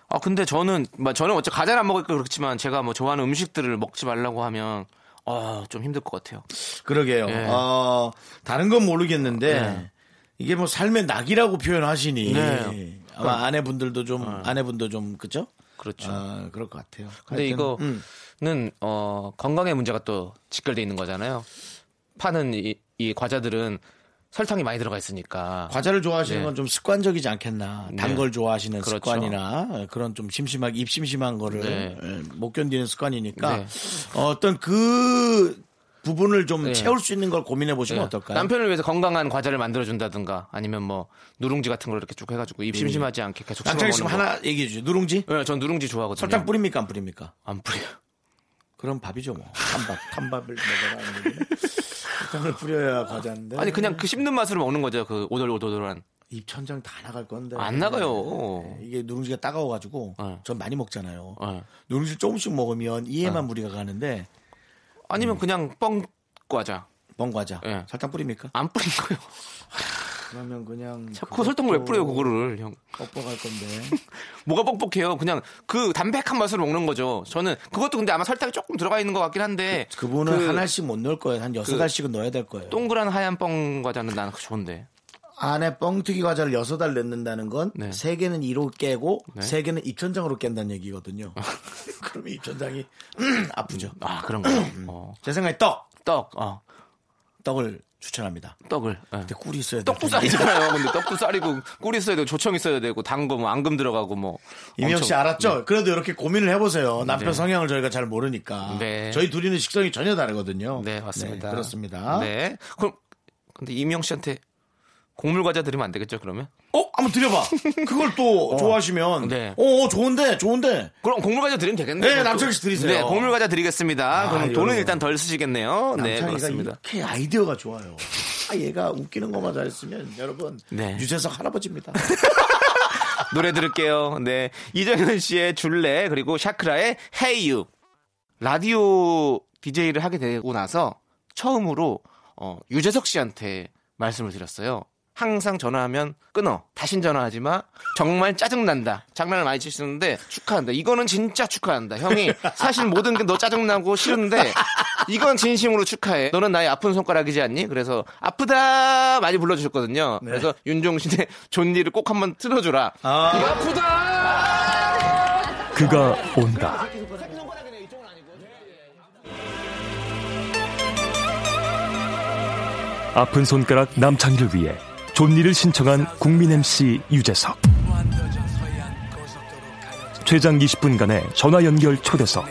Speaker 2: 아 근데 저는 뭐 저는 어째 과자를 안 먹으니까 그렇지만 제가 뭐 좋아하는 음식들을 먹지 말라고 하면 아좀 힘들 것 같아요.
Speaker 1: 그러게요.
Speaker 2: 예.
Speaker 1: 어, 다른 건 모르겠는데
Speaker 2: 네.
Speaker 1: 이게 뭐 삶의 낙이라고 표현하시니
Speaker 2: 네. 어.
Speaker 1: 아마 아내분들도 좀 아내분도 좀 그죠?
Speaker 2: 그렇죠.
Speaker 1: 아, 그럴 것 같아요.
Speaker 2: 근데
Speaker 1: 하여튼,
Speaker 2: 이거는
Speaker 1: 음.
Speaker 2: 어 건강의 문제가 또 직결돼 있는 거잖아요. 파는 이, 이 과자들은 설탕이 많이 들어가 있으니까
Speaker 1: 과자를 좋아하시는
Speaker 2: 네.
Speaker 1: 건 좀 습관적이지 않겠나. 단
Speaker 2: 네.
Speaker 1: 걸 좋아하시는
Speaker 2: 그렇죠.
Speaker 1: 습관이나 예, 그런 좀 심심하게 입심심한 거를
Speaker 2: 네.
Speaker 1: 예, 못 견디는 습관이니까
Speaker 2: 네.
Speaker 1: 어떤 그 부분을 좀
Speaker 2: 네.
Speaker 1: 채울 수 있는 걸 고민해 보시면
Speaker 2: 네.
Speaker 1: 어떨까요?
Speaker 2: 남편을 위해서 건강한 과자를 만들어 준다든가 아니면 뭐 누룽지 같은 걸 이렇게 쭉 해가지고 입 심심하지 않게 계속
Speaker 1: 음. 남창희 아, 씨뭐
Speaker 2: 씹어먹는 거.
Speaker 1: 하나 얘기해 주죠. 누룽지?
Speaker 2: 네, 전 누룽지 좋아하거든요.
Speaker 1: 설탕 뿌립니까 안 뿌립니까?
Speaker 2: 안 뿌려요.
Speaker 1: 그럼 밥이죠 뭐. 탄밥, 탄밥을 먹어라. 하는 얘기네. 설탕을 뿌려야 과자인데.
Speaker 2: 아니 그냥 그 씹는 맛으로 먹는 거죠. 그 오돌오돌한.
Speaker 1: 입천장 다 나갈 건데. 네,
Speaker 2: 안 나가요.
Speaker 1: 이게 누룽지가 따가워가지고
Speaker 2: 네.
Speaker 1: 전 많이 먹잖아요.
Speaker 2: 네.
Speaker 1: 누룽지 조금씩 먹으면 이에만 무리가 가는데 음.
Speaker 2: 아니면 그냥 뻥 과자.
Speaker 1: 번 과자.
Speaker 2: 예.
Speaker 1: 설탕 뿌립니까?
Speaker 2: 안 뿌린 거요.
Speaker 1: 그러면 그냥
Speaker 2: 자꾸 설탕을 왜 뿌려요 그거를 형.
Speaker 1: 뻑뻑할 건데.
Speaker 2: 뭐가 뻑뻑해요. 그냥 그 담백한 맛으로 먹는 거죠. 저는 그것도 근데 아마 설탕이 조금 들어가 있는 것 같긴 한데
Speaker 1: 그분은
Speaker 2: 그
Speaker 1: 하나씩 못 넣을 거예요. 한 여섯
Speaker 2: 그-
Speaker 1: 알씩은 넣어야 될 거예요.
Speaker 2: 동그란 하얀 뻥 과자는 나는 그거 좋은데.
Speaker 1: 안에 뻥튀기 과자를 여섯 알 넣는다는 건
Speaker 2: 네.
Speaker 1: 세 개는 이로 깨고
Speaker 2: 네.
Speaker 1: 세 개는 입천장으로 깬다는 얘기거든요. 그러면 입천장이 아프죠. 음.
Speaker 2: 아 그런가. 어.
Speaker 1: 제 생각에 떡
Speaker 2: 떡. 어.
Speaker 1: 떡을 추천합니다.
Speaker 2: 떡을. 예.
Speaker 1: 근데 꿀이 있어야 돼.
Speaker 2: 떡도 쌀이잖아요. 근데 떡도 쌀이고 꿀 있어야 되고 조청 있어야 되고 단거 뭐 앙금 들어가고 뭐.
Speaker 1: 이명 씨
Speaker 2: 엄청- 네.
Speaker 1: 알았죠? 그래도 이렇게 고민을 해보세요. 남편 성향을 저희가 잘 모르니까.
Speaker 2: 네.
Speaker 1: 저희 둘이는 식성이 전혀 다르거든요.
Speaker 2: 네 맞습니다.
Speaker 1: 네, 그렇습니다.
Speaker 2: 네. 그럼 근데 이명 씨한테 곡물 과자 드리면 안 되겠죠 그러면?
Speaker 1: 어, 한번 드려봐. 그걸 또 좋아하시면.
Speaker 2: 네.
Speaker 1: 어, 어, 좋은데, 좋은데.
Speaker 2: 그럼 곡물 과자 드리면 되겠네요.
Speaker 1: 네, 남창희 씨 드리세요.
Speaker 2: 네, 곡물 과자 드리겠습니다. 그럼 돈은
Speaker 1: 이거는.
Speaker 2: 일단 덜 쓰시겠네요. 네,
Speaker 1: 남창이가
Speaker 2: 그렇습니다.
Speaker 1: 이렇게 아이디어가 좋아요. 아, 얘가 웃기는 것만 잘했으면 여러분
Speaker 2: 네.
Speaker 1: 유재석 할아버지입니다.
Speaker 2: 노래 들을게요. 네, 이정현 씨의 줄래 그리고 샤크라의 Hey You 라디오 DJ를 하게 되고 나서 처음으로 어, 유재석 씨한테 말씀을 드렸어요. 항상 전화하면 끊어. 다신 전화하지 마. 정말 짜증난다. 장난을 많이 치시는데 축하한다. 이거는 진짜 축하한다. 형이 사실 모든 게 너 짜증나고 싫은데 이건 진심으로 축하해. 너는 나의 아픈 손가락이지 않니? 그래서 아프다 많이 불러주셨거든요. 그래서 윤종신의 존니를 꼭 한번 틀어주라. 이거 아프다!
Speaker 5: 그가 온다. 아픈 손가락 남창희를 위해 존니를 신청한 국민 MC 유재석. 최장 20분간의 전화 연결 초대석.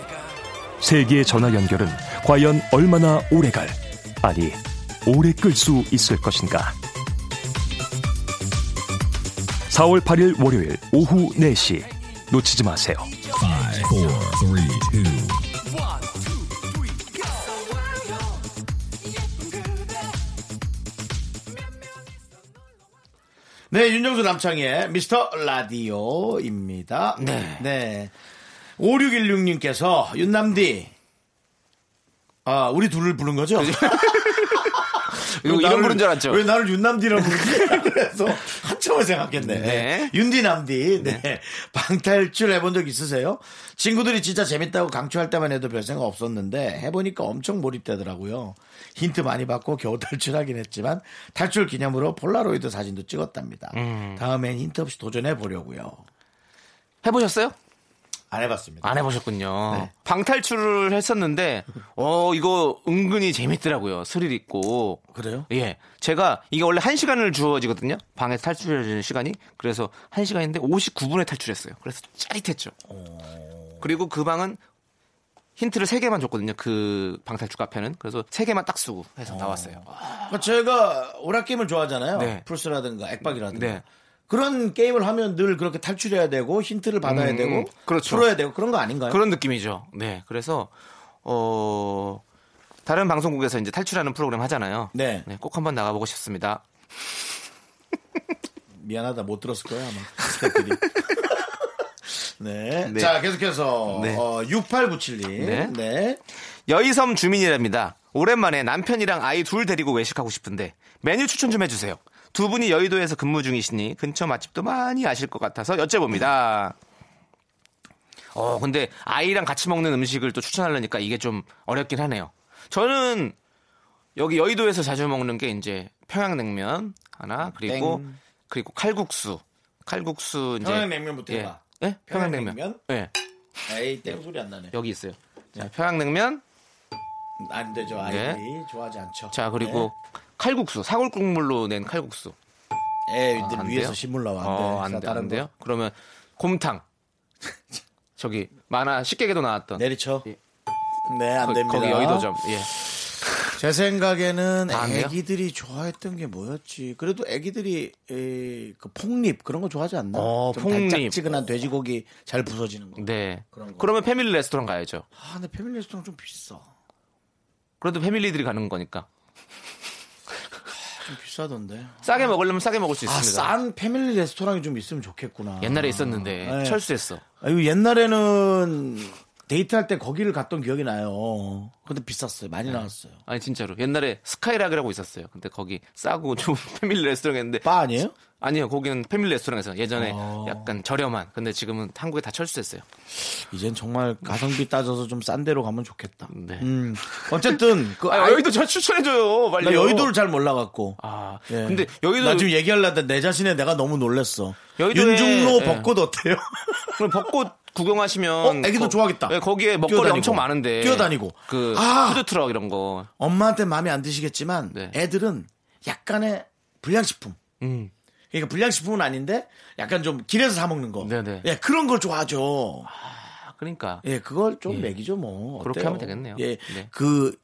Speaker 5: 세기의 전화 연결은 과연 얼마나 오래 갈, 아니, 오래 끌 수 있을 것인가. 4월 8일 월요일 오후 4시. 놓치지 마세요.
Speaker 1: 네, 윤정수 남창희의 미스터 라디오입니다. 네. 5616님께서 윤남디. 아, 우리 둘을 부른 거죠?
Speaker 2: 이거 이런 부른 줄 알았죠?
Speaker 1: 왜 나를 윤남디라고 부르지? 그래서 한참을 생각했네.
Speaker 2: 네.
Speaker 1: 윤디남디. 네. 방탈출 해본 적 있으세요? 친구들이 진짜 재밌다고 강추할 때만 해도 별 생각 없었는데 해보니까 엄청 몰입되더라고요. 힌트 많이 받고 겨우 탈출하긴 했지만 탈출 기념으로 폴라로이드 사진도 찍었답니다. 다음엔 힌트 없이 도전해 보려고요.
Speaker 2: 해보셨어요?
Speaker 1: 안 해봤습니다.
Speaker 2: 안 해보셨군요.
Speaker 1: 네.
Speaker 2: 방탈출을 했었는데, 어, 이거 은근히 재밌더라고요. 스릴 있고.
Speaker 1: 그래요?
Speaker 2: 예. 제가, 이게 원래 1시간을 주어지거든요. 방에서 탈출해주는 시간이. 그래서 1시간인데 59분에 탈출했어요. 그래서 짜릿했죠.
Speaker 1: 어.
Speaker 2: 그리고 그 방은 힌트를 3개만 줬거든요. 그 방탈출 카페는. 그래서 3개만 딱 쓰고 해서 나왔어요.
Speaker 1: 그러니까 제가 오락게임을 좋아하잖아요.
Speaker 2: 네.
Speaker 1: 플스라든가 액박이라든가.
Speaker 2: 네.
Speaker 1: 그런 게임을 하면 늘 그렇게 탈출해야 되고 힌트를 받아야
Speaker 2: 음,
Speaker 1: 되고
Speaker 2: 그렇죠.
Speaker 1: 풀어야 되고 그런 거 아닌가요?
Speaker 2: 그런 느낌이죠. 네. 그래서, 어, 다른 방송국에서 이제 탈출하는 프로그램 하잖아요.
Speaker 1: 네.
Speaker 2: 꼭 한번 나가보고 싶습니다.
Speaker 1: 미안하다 못 들었을 거야 아마 스태프들이. 네.
Speaker 2: 네.
Speaker 1: 자 계속해서
Speaker 2: 네.
Speaker 1: 어, 6897님. 네.
Speaker 2: 네. 여의섬 주민이랍니다. 오랜만에 남편이랑 아이 둘 데리고 외식하고 싶은데 메뉴 추천 좀 해주세요. 두 분이 여의도에서 근무 중이시니 근처 맛집도 많이 아실 것 같아서 여쭤봅니다. 어, 근데 아이랑 같이 먹는 음식을 또 추천하려니까 이게 좀 어렵긴 하네요. 저는 여기 여의도에서 자주 먹는 게 이제 평양냉면 하나 그리고
Speaker 1: 땡.
Speaker 2: 그리고 칼국수. 칼국수 이제
Speaker 1: 평양냉면부터
Speaker 2: 예.
Speaker 1: 해봐.
Speaker 2: 예? 평양냉면.
Speaker 1: 평양냉면?
Speaker 2: 예.
Speaker 1: 에이 땡 소리 안 나네.
Speaker 2: 여기 있어요. 자, 평양냉면
Speaker 1: 안 되죠 아이들이 좋아하지 않죠.
Speaker 2: 네. 자 그리고 칼국수 사골 국물로 낸 칼국수
Speaker 1: 네. 에이
Speaker 2: 아,
Speaker 1: 근데
Speaker 2: 안 돼요?
Speaker 1: 위에서 신물 나와 안 돼.
Speaker 2: 어, 안
Speaker 1: 자,
Speaker 2: 돼, 안
Speaker 1: 거
Speaker 2: 돼요 그러면 곰탕 저기 만화 식객에도 나왔던
Speaker 1: 내리쳐.
Speaker 2: 예.
Speaker 1: 네 안
Speaker 2: 거-
Speaker 1: 됩니다.
Speaker 2: 거기 여의도점 예.
Speaker 1: 제 생각에는
Speaker 2: 다안 돼요?
Speaker 1: 애기들이 좋아했던 게 뭐였지? 그래도 애기들이 에, 그 폭립 그런 거 좋아하지 않나?
Speaker 2: 어,
Speaker 1: 좀
Speaker 2: 폭립.
Speaker 1: 달짝지근한 돼지고기 잘 부서지는 거.
Speaker 2: 네
Speaker 1: 그런 거.
Speaker 2: 그러면 패밀리 레스토랑 가야죠
Speaker 1: 아, 근데 패밀리 레스토랑 좀 비싸.
Speaker 2: 그래도 패밀리들이 가는 거니까
Speaker 1: 좀 비싸던데.
Speaker 2: 싸게 먹으려면 싸게 먹을 수 있습니다
Speaker 1: 아 싼 패밀리 레스토랑이 좀 있으면 좋겠구나.
Speaker 2: 옛날에 있었는데
Speaker 1: 네.
Speaker 2: 철수했어
Speaker 1: 아유 옛날에는 데이트할 때 거기를 갔던 기억이 나요. 근데 비쌌어요. 많이
Speaker 2: 네.
Speaker 1: 나왔어요.
Speaker 2: 아니 진짜로 옛날에 스카이락이라고 있었어요 근데 거기 싸고 좋은 패밀리 레스토랑이었는데
Speaker 1: 바 아니에요?
Speaker 2: 아니요 거기는 패밀리 레스토랑에서 예전에
Speaker 1: 어.
Speaker 2: 약간 저렴한 근데 지금은 한국에 다 철수했어요
Speaker 1: 이젠 정말 가성비 따져서 좀 싼 데로 가면 좋겠다.
Speaker 2: 네.
Speaker 1: 음. 어쨌든 그
Speaker 2: 아,
Speaker 1: 아이-
Speaker 2: 여의도 저 추천해줘요. 빨리.
Speaker 1: 나 여의도를 잘 몰라갖고.
Speaker 2: 아,
Speaker 1: 예.
Speaker 2: 근데 여의도
Speaker 1: 나 지금 얘기하려다 내 자신에 내가 너무 놀랬어.
Speaker 2: 여의도에-
Speaker 1: 윤중로
Speaker 2: 예.
Speaker 1: 벚꽃 어때요?
Speaker 2: 그럼 벚꽃
Speaker 1: 어,
Speaker 2: 구경하시면
Speaker 1: 애기도
Speaker 2: 거-
Speaker 1: 좋아하겠다.
Speaker 2: 예, 거기에 먹거리
Speaker 1: 뛰어다니고.
Speaker 2: 엄청 많은데
Speaker 1: 뛰어다니고.
Speaker 2: 그
Speaker 1: 아!
Speaker 2: 푸드 트럭 이런 거.
Speaker 1: 엄마한테 마음에 안 드시겠지만
Speaker 2: 네.
Speaker 1: 애들은 약간의 불량식품.
Speaker 2: 음.
Speaker 1: 그러니까 불량식품은 아닌데 약간 좀 길에서 사 먹는 거.
Speaker 2: 네네.
Speaker 1: 예, 그런 걸 좋아하죠.
Speaker 2: 아, 그러니까
Speaker 1: 예, 그걸 좀 먹이죠 뭐.
Speaker 2: 그렇게
Speaker 1: 어때요?
Speaker 2: 하면 되겠네요.
Speaker 1: 예,
Speaker 2: 네.
Speaker 1: 그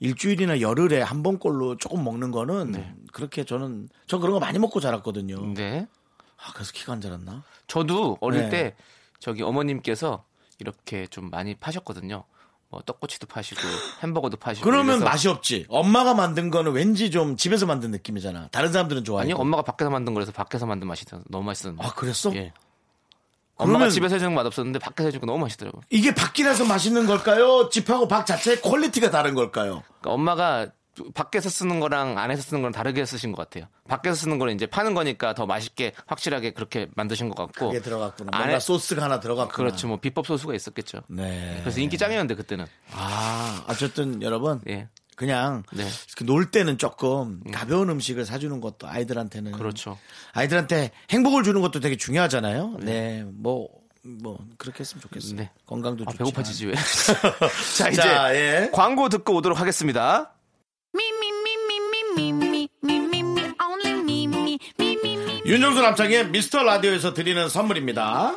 Speaker 1: 일주일이나 열흘에 한 번꼴로 조금 먹는 거는 그렇게 저는 저 그런 거 많이 먹고 자랐거든요.
Speaker 2: 네.
Speaker 1: 아, 그래서 키가 안 자랐나?
Speaker 2: 저도 어릴
Speaker 1: 네.
Speaker 2: 때 저기 어머님께서 이렇게 좀 많이 파셨거든요. 뭐 떡꼬치도 파시고 햄버거도 파시고.
Speaker 1: 그러면
Speaker 2: 이래서-
Speaker 1: 맛이 없지. 엄마가 만든 거는 왠지 좀 집에서 만든 느낌이잖아. 다른 사람들은 좋아해.
Speaker 2: 아니요, 엄마가 밖에서 만든 거라서 밖에서 만든 맛이 더- 너무 맛있었는데.
Speaker 1: 아, 그랬어?
Speaker 2: 예. 엄마가
Speaker 1: 그러면-
Speaker 2: 집에서 해주는 맛 없었는데 밖에서 해주는 거 너무 맛있더라고요.
Speaker 1: 이게 밖이라서 맛있는 걸까요? 집하고 박 자체의 퀄리티가 다른 걸까요?
Speaker 2: 그러니까 엄마가 밖에서 쓰는 거랑 안에서 쓰는 거랑 다르게 쓰신 것 같아요. 밖에서 쓰는 거는 이제 파는 거니까 더 맛있게 확실하게 그렇게 만드신 것 같고.
Speaker 1: 이게 들어갔구나.
Speaker 2: 안에-
Speaker 1: 뭔가 소스가 하나 들어갔구나.
Speaker 2: 뭐, 그렇죠. 뭐 비법 소스가 있었겠죠.
Speaker 1: 네.
Speaker 2: 그래서 인기 짱이었는데 그때는.
Speaker 1: 아, 어쨌든 여러분
Speaker 2: 예.
Speaker 1: 그냥
Speaker 2: 네.
Speaker 1: 그놀 때는 조금 가벼운 음식을 사주는 것도 아이들한테는
Speaker 2: 그렇죠.
Speaker 1: 아이들한테 행복을 주는 것도 되게 중요하잖아요. 네, 뭐 뭐 그렇게 했으면 좋겠어요.
Speaker 2: 네.
Speaker 1: 건강도
Speaker 2: 아,
Speaker 1: 좋지만.
Speaker 2: 배고파지지 왜?
Speaker 1: 자 이제
Speaker 2: 자, 이제
Speaker 1: 예.
Speaker 2: 광고 듣고 오도록 하겠습니다.
Speaker 6: Me, me, me, me, me, me, me, me, me, me, only me, me, me, me, me.
Speaker 1: 윤정수 남창의 미스터 라디오에서 드리는 선물입니다.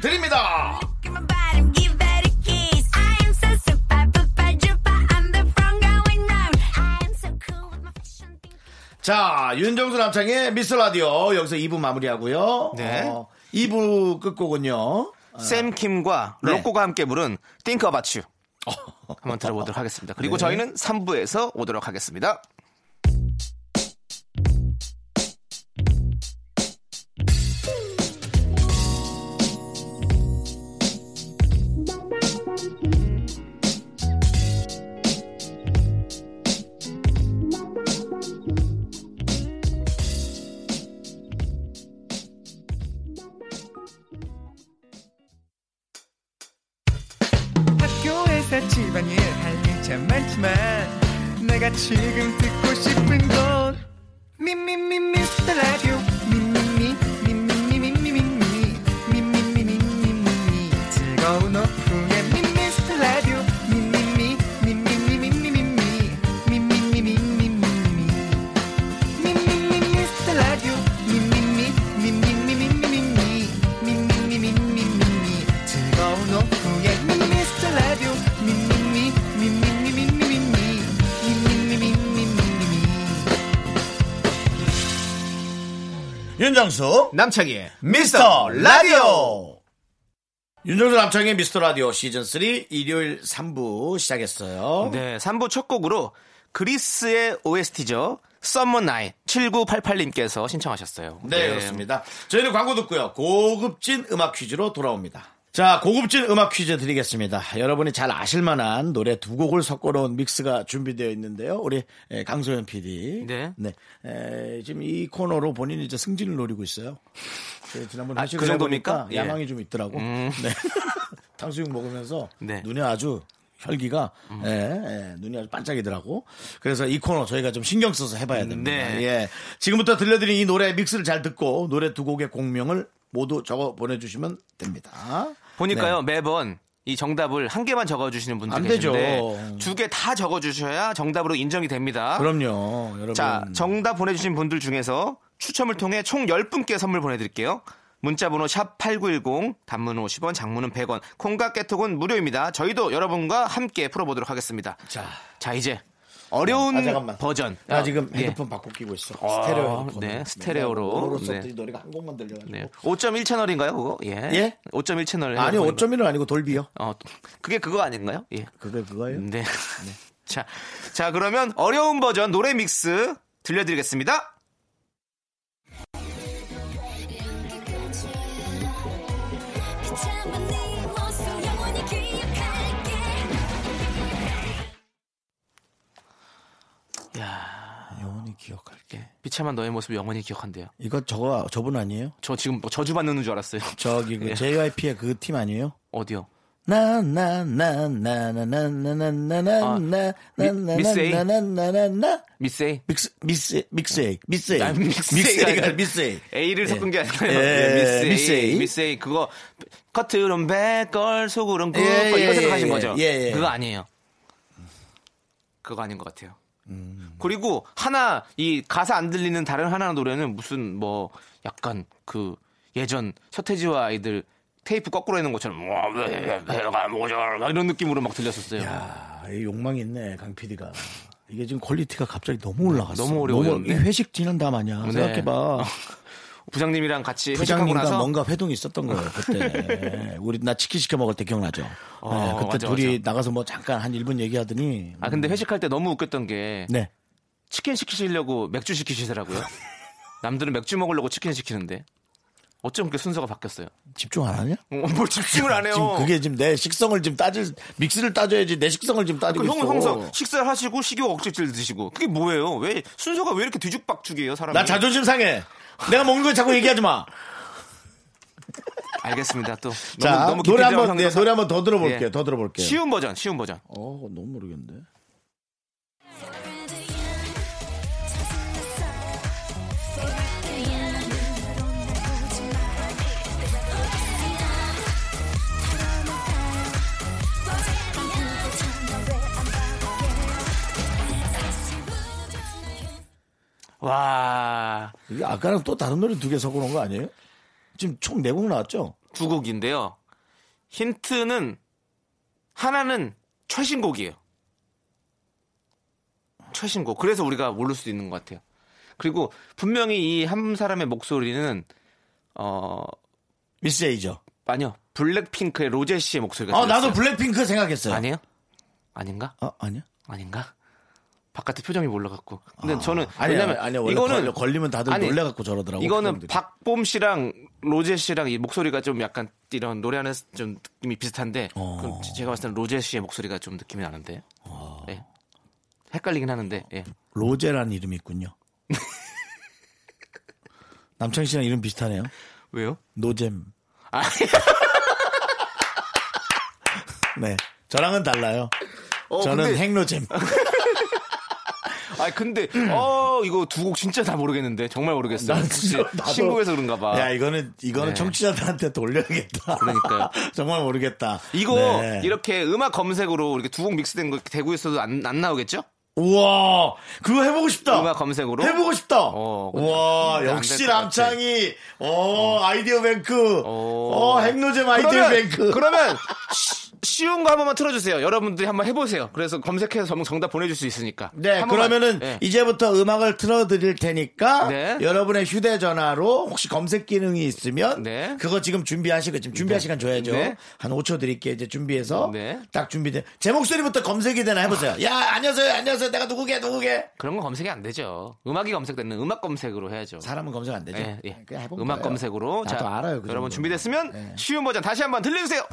Speaker 1: 드립니다.
Speaker 6: Give my bottom, give that a kiss. I am so super, super, duper. I'm the front going round. I am so cool with my fashion. thinking.
Speaker 1: 자, 윤정수 남창의 미스 라디오 여기서 2부 마무리하고요. 어,
Speaker 2: 네.
Speaker 1: 2부 끝곡은요.
Speaker 2: 샘 킴과
Speaker 1: 네.
Speaker 2: 로꼬가 함께 부른 Think About You. 한번 들어보도록 하겠습니다.
Speaker 1: 네.
Speaker 2: 그리고 저희는 3부에서 오도록 하겠습니다.
Speaker 7: 학교에서 집안일 할 일 참 많지만 내가 지금 듣고 싶은 건 미미미 미스터 라디오 미미미 미미미 미미미 미미미 미미미 미미미 즐거운 오후에 미미스터 라디오 미미미 미미미 미미미 미미미 미미미 미미미
Speaker 1: 윤정수
Speaker 2: 남창희의
Speaker 1: 미스터 라디오. 윤정수 남창의 미스터 라디오 시즌 3 일요일 3부 시작했어요.
Speaker 2: 네, 3부 첫 곡으로 그리스의 OST죠. Summer Night 7988님께서 신청하셨어요.
Speaker 1: 네, 그렇습니다. 저희는 광고 듣고요. 고급진 음악 퀴즈로 돌아옵니다. 자, 고급진 음악 퀴즈 드리겠습니다. 여러분이 잘 아실 만한 노래 두 곡을 섞어 놓은 믹스가 준비되어 있는데요. 우리 에, 강소연 PD.
Speaker 2: 네.
Speaker 1: 에, 지금 이 코너로 본인이 이제 승진을 노리고 있어요. 저희 지난번에
Speaker 2: 아,
Speaker 1: 하시고
Speaker 2: 그 정도입니까?
Speaker 1: 보니까
Speaker 2: 예.
Speaker 1: 야망이 좀 있더라고. 네. 탕수육 먹으면서
Speaker 2: 네. 음.
Speaker 1: 눈에 아주 혈기가 예, 예, 눈이 아주 반짝이더라고. 그래서 이 코너 저희가 좀 신경 써서 해봐야 됩니다.
Speaker 2: 네.
Speaker 1: 예. 지금부터 들려드린 이 노래 믹스를 잘 듣고 노래 두 곡의 공명을 모두 적어 보내주시면 됩니다.
Speaker 2: 보니까요 매번 이 정답을 한 개만 적어주시는 분들
Speaker 1: 네. 안 되죠.
Speaker 2: 계신데 두 개 다 적어주셔야 정답으로 인정이
Speaker 1: 그렇죠.
Speaker 2: 됩니다.
Speaker 1: 그럼요, 여러분.
Speaker 2: 자 정답 보내주신 분들 중에서 추첨을 통해 총 10분께 선물 보내드릴게요. 문자번호 샵 8910 단문은 50원 장문은 100원 콩과 깨톡은 무료입니다. 저희도 여러분과 함께 풀어보도록 하겠습니다.
Speaker 1: 자.
Speaker 2: 자 이제 어려운
Speaker 1: 아, 잠깐만.
Speaker 2: 버전
Speaker 1: 나 지금
Speaker 2: 예.
Speaker 1: 헤드폰 바꿔 끼고 있어. 스테레오 헤드폰.
Speaker 2: 네, 스테레오로.
Speaker 1: 으로서
Speaker 2: 네.
Speaker 1: 이 노래가 한 곡만 들려가지고.
Speaker 2: 네. 5.1 채널인가요, 그거? 예.
Speaker 1: 예?
Speaker 2: 5.1 채널.
Speaker 1: 아니, 5.1은 아니고 돌비요.
Speaker 2: 어, 그게 그거 아닌가요? 예.
Speaker 1: 그게 그거예요?
Speaker 2: 네. 자, 자 그러면 어려운 버전 노래 믹스 들려드리겠습니다.
Speaker 6: 참은 네 모습 영원히 기억할게.
Speaker 1: 영원히 기억할게.
Speaker 2: 예. 비참한 너의 모습 영원히 기억한대요.
Speaker 1: 이거 저거 저분 아니에요?
Speaker 2: 저 지금 뭐 저주 받는 줄 알았어요.
Speaker 1: 저기 그
Speaker 2: 예.
Speaker 1: JYP의 그 팀 아니에요?
Speaker 2: 어디요?
Speaker 1: 나나나나나나나나나나나나나나나나나나나나나나나나나나나나
Speaker 2: 미세이.
Speaker 1: 믹스 믹스 믹스 에이 믹스 에이
Speaker 2: 아, 믹스
Speaker 1: 믹스
Speaker 2: A가
Speaker 1: 에이가
Speaker 2: 아니라
Speaker 1: 믹스 에이
Speaker 2: A를 섞은 게 아니고요.
Speaker 1: 예,
Speaker 2: 예,
Speaker 1: 미스
Speaker 2: 미스
Speaker 1: A.
Speaker 2: A. 미스 A. 그거 겉으론 백걸 속으론 꿀걸
Speaker 1: 예, 예,
Speaker 2: 이거 생각하신
Speaker 1: 예,
Speaker 2: 거죠?
Speaker 1: 예, 예.
Speaker 2: 그거 아니에요. 그거 아닌 것 같아요.
Speaker 1: 음.
Speaker 2: 그리고 하나 이 가사 안 들리는 다른 하나 노래는 무슨 뭐 약간 그 예전 서태지와 아이들 테이프 거꾸로 해놓은 것처럼 뭐, 와, 배가 모자라 뭐, 막 이런 느낌으로 막 들렸었어요.
Speaker 1: 야, 이 욕망이 있네, 강 PD가. 이게 지금 퀄리티가 갑자기 너무 올라갔어.
Speaker 2: 네, 너무 어려워졌네.
Speaker 1: 이 회식 지난다 마냥
Speaker 2: 네.
Speaker 1: 생각해봐.
Speaker 2: 부장님이랑 같이 회식하고
Speaker 1: 부장님과
Speaker 2: 나서
Speaker 1: 뭔가 회동이 있었던 거예요, 그때. 우리 나 치킨 시켜 먹을 때 기억나죠?
Speaker 2: 어,
Speaker 1: 네, 그때
Speaker 2: 맞아,
Speaker 1: 둘이
Speaker 2: 맞아.
Speaker 1: 나가서 뭐 잠깐 한 1분 얘기하더니.
Speaker 2: 아 근데 회식할 때 너무 웃겼던 게
Speaker 1: 음. 네.
Speaker 2: 치킨 시키시려고 맥주 시키시더라고요. 남들은 맥주 먹으려고 치킨 시키는데 어쩜 그렇게 순서가 바뀌었어요?
Speaker 1: 집중 안 하냐?
Speaker 2: 어, 뭘 집중을 안 해요.
Speaker 1: 지금 그게 지금 내 식성을 지금 따질, 믹스를 따져야지 내 식성을 지금 따지고
Speaker 2: 그 형은
Speaker 1: 있어.
Speaker 2: 항상 식사를 하시고 식욕 억제제를 드시고 그게 뭐예요? 왜 순서가 왜 이렇게 뒤죽박죽이에요, 사람이?
Speaker 1: 나 자존심 상해. 내가 먹는 거 자꾸 얘기하지 마.
Speaker 2: 알겠습니다. 또 너무,
Speaker 1: 자,
Speaker 2: 너무 깊이
Speaker 1: 노래 한
Speaker 2: 들어간
Speaker 1: 번, 네,
Speaker 2: 상태에서
Speaker 1: 노래 한 번 더 들어볼게요.
Speaker 2: 예.
Speaker 1: 더 들어볼게요.
Speaker 2: 쉬운 버전, 쉬운 버전.
Speaker 1: 어, 너무 모르겠는데.
Speaker 2: 와,
Speaker 1: 이게 아까랑 또 다른 노래 두 개 섞어 놓은 거 아니에요? 지금 총 네 곡 나왔죠?
Speaker 2: 두 곡인데요. 힌트는 하나는 최신곡이에요. 최신곡. 그래서 우리가 모를 수도 있는 것 같아요. 그리고 분명히 이 한 사람의 목소리는 어
Speaker 1: 미스 에이죠.
Speaker 2: 아니요 블랙핑크의 로제 씨의 목소리가
Speaker 1: 어, 나도
Speaker 2: 들렸어요.
Speaker 1: 블랙핑크 생각했어요.
Speaker 2: 그렇죠. 아니에요? 아닌가?
Speaker 1: 어, 아니야?
Speaker 2: 아닌가? 바깥에 표정이 몰라갖고. 근데
Speaker 1: 아,
Speaker 2: 저는
Speaker 1: 아니야,
Speaker 2: 음, 왜냐면
Speaker 1: 아니야, 원래
Speaker 2: 이거는
Speaker 1: 걸려- 걸리면 다들 놀래갖고 저러더라고,
Speaker 2: 이거는
Speaker 1: 사람들이.
Speaker 2: 박봄 씨랑 로제 씨랑 이 목소리가 좀 약간 이런 노래하는 좀 느낌이 비슷한데
Speaker 1: 어.
Speaker 2: 그럼 제가 봤을 때는 로제 씨의 목소리가 좀 느낌이 나는데.
Speaker 1: 아.
Speaker 2: 예. 헷갈리긴 하는데. 예.
Speaker 1: 로제라는 이름이 있군요. 남창희 씨랑 이름 비슷하네요.
Speaker 2: 왜요?
Speaker 1: 노잼.
Speaker 2: 아,
Speaker 1: 네. 저랑은 달라요. 저는
Speaker 2: 어, 근데-
Speaker 1: 행로잼.
Speaker 2: 아 근데 어 이거 두 곡 진짜 다 모르겠는데 정말 모르겠어요. 혹시
Speaker 1: 아, 나도-
Speaker 2: 신곡에서 그런가 봐.
Speaker 1: 야, 이거는, 이거는
Speaker 2: 아. 네.
Speaker 1: 청취자들한테 돌려야겠다.
Speaker 2: 그러니까요.
Speaker 1: 정말 모르겠다.
Speaker 2: 이거
Speaker 1: 네.
Speaker 2: 이렇게 음악 검색으로 이렇게 두 곡 믹스된 거 대고 있어도 안, 안 나오겠죠?
Speaker 1: 우와, 그거 해보고 싶다.
Speaker 2: 음악 검색으로
Speaker 1: 해보고 싶다.
Speaker 2: 어, 근데
Speaker 1: 우와,
Speaker 2: 근데 안될
Speaker 1: 역시
Speaker 2: 것 같아.
Speaker 1: 남창이, 어, 아이디어 뱅크. 어, 행로잼 아이디어
Speaker 2: 그러면-
Speaker 1: 뱅크.
Speaker 2: 그러면 쉬- 쉬운 거 한 번만 틀어주세요. 여러분들이 한번 해보세요. 그래서 검색해서 정- 정답 보내줄 수 있으니까.
Speaker 1: 네,
Speaker 2: 한 번만.
Speaker 1: 그러면은
Speaker 2: 네.
Speaker 1: 이제부터 음악을 틀어드릴 테니까
Speaker 2: 네.
Speaker 1: 여러분의 휴대전화로 혹시 검색 기능이 있으면
Speaker 2: 네.
Speaker 1: 그거 지금 준비하시고 지금 준비할 시간 줘야죠.
Speaker 2: 네.
Speaker 1: 한 5초 드릴게요. 이제 준비해서
Speaker 2: 네. 아.
Speaker 1: 딱 준비돼. 제 목소리부터 검색이 되나 해보세요. 야, 안녕하세요, 안녕하세요. 내가 누구게, 누구게.
Speaker 2: 그런 거 검색이 안 되죠. 음악이 검색되는 음악 검색으로 해야죠.
Speaker 1: 사람은 검색 안 되죠.
Speaker 2: 예, 예.
Speaker 1: 그냥 해본
Speaker 2: 음악
Speaker 1: 거예요.
Speaker 2: 검색으로.
Speaker 1: 나도 알아요. 그 정도는.
Speaker 2: 여러분 준비됐으면
Speaker 1: 예.
Speaker 2: 쉬운 버전 다시 한번 들려주세요.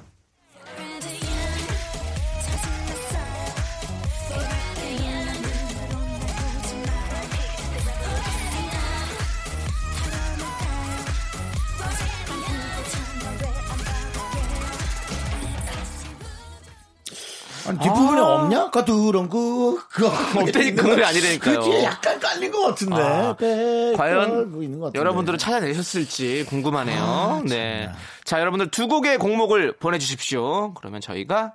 Speaker 1: 아니, 뒷부분에
Speaker 2: 아.
Speaker 1: 없냐? 그런 그 그거
Speaker 2: 없다니까, 그 노래 아니라니까요.
Speaker 1: 그게 약간 깔린 것 같은데.
Speaker 2: 아,
Speaker 1: 백, 걸,
Speaker 2: 과연
Speaker 1: 뭐 있는 것 같은데.
Speaker 2: 여러분들은 찾아내셨을지 궁금하네요. 네. 자, 여러분들 두 곡의 곡목을 보내주십시오. 그러면 저희가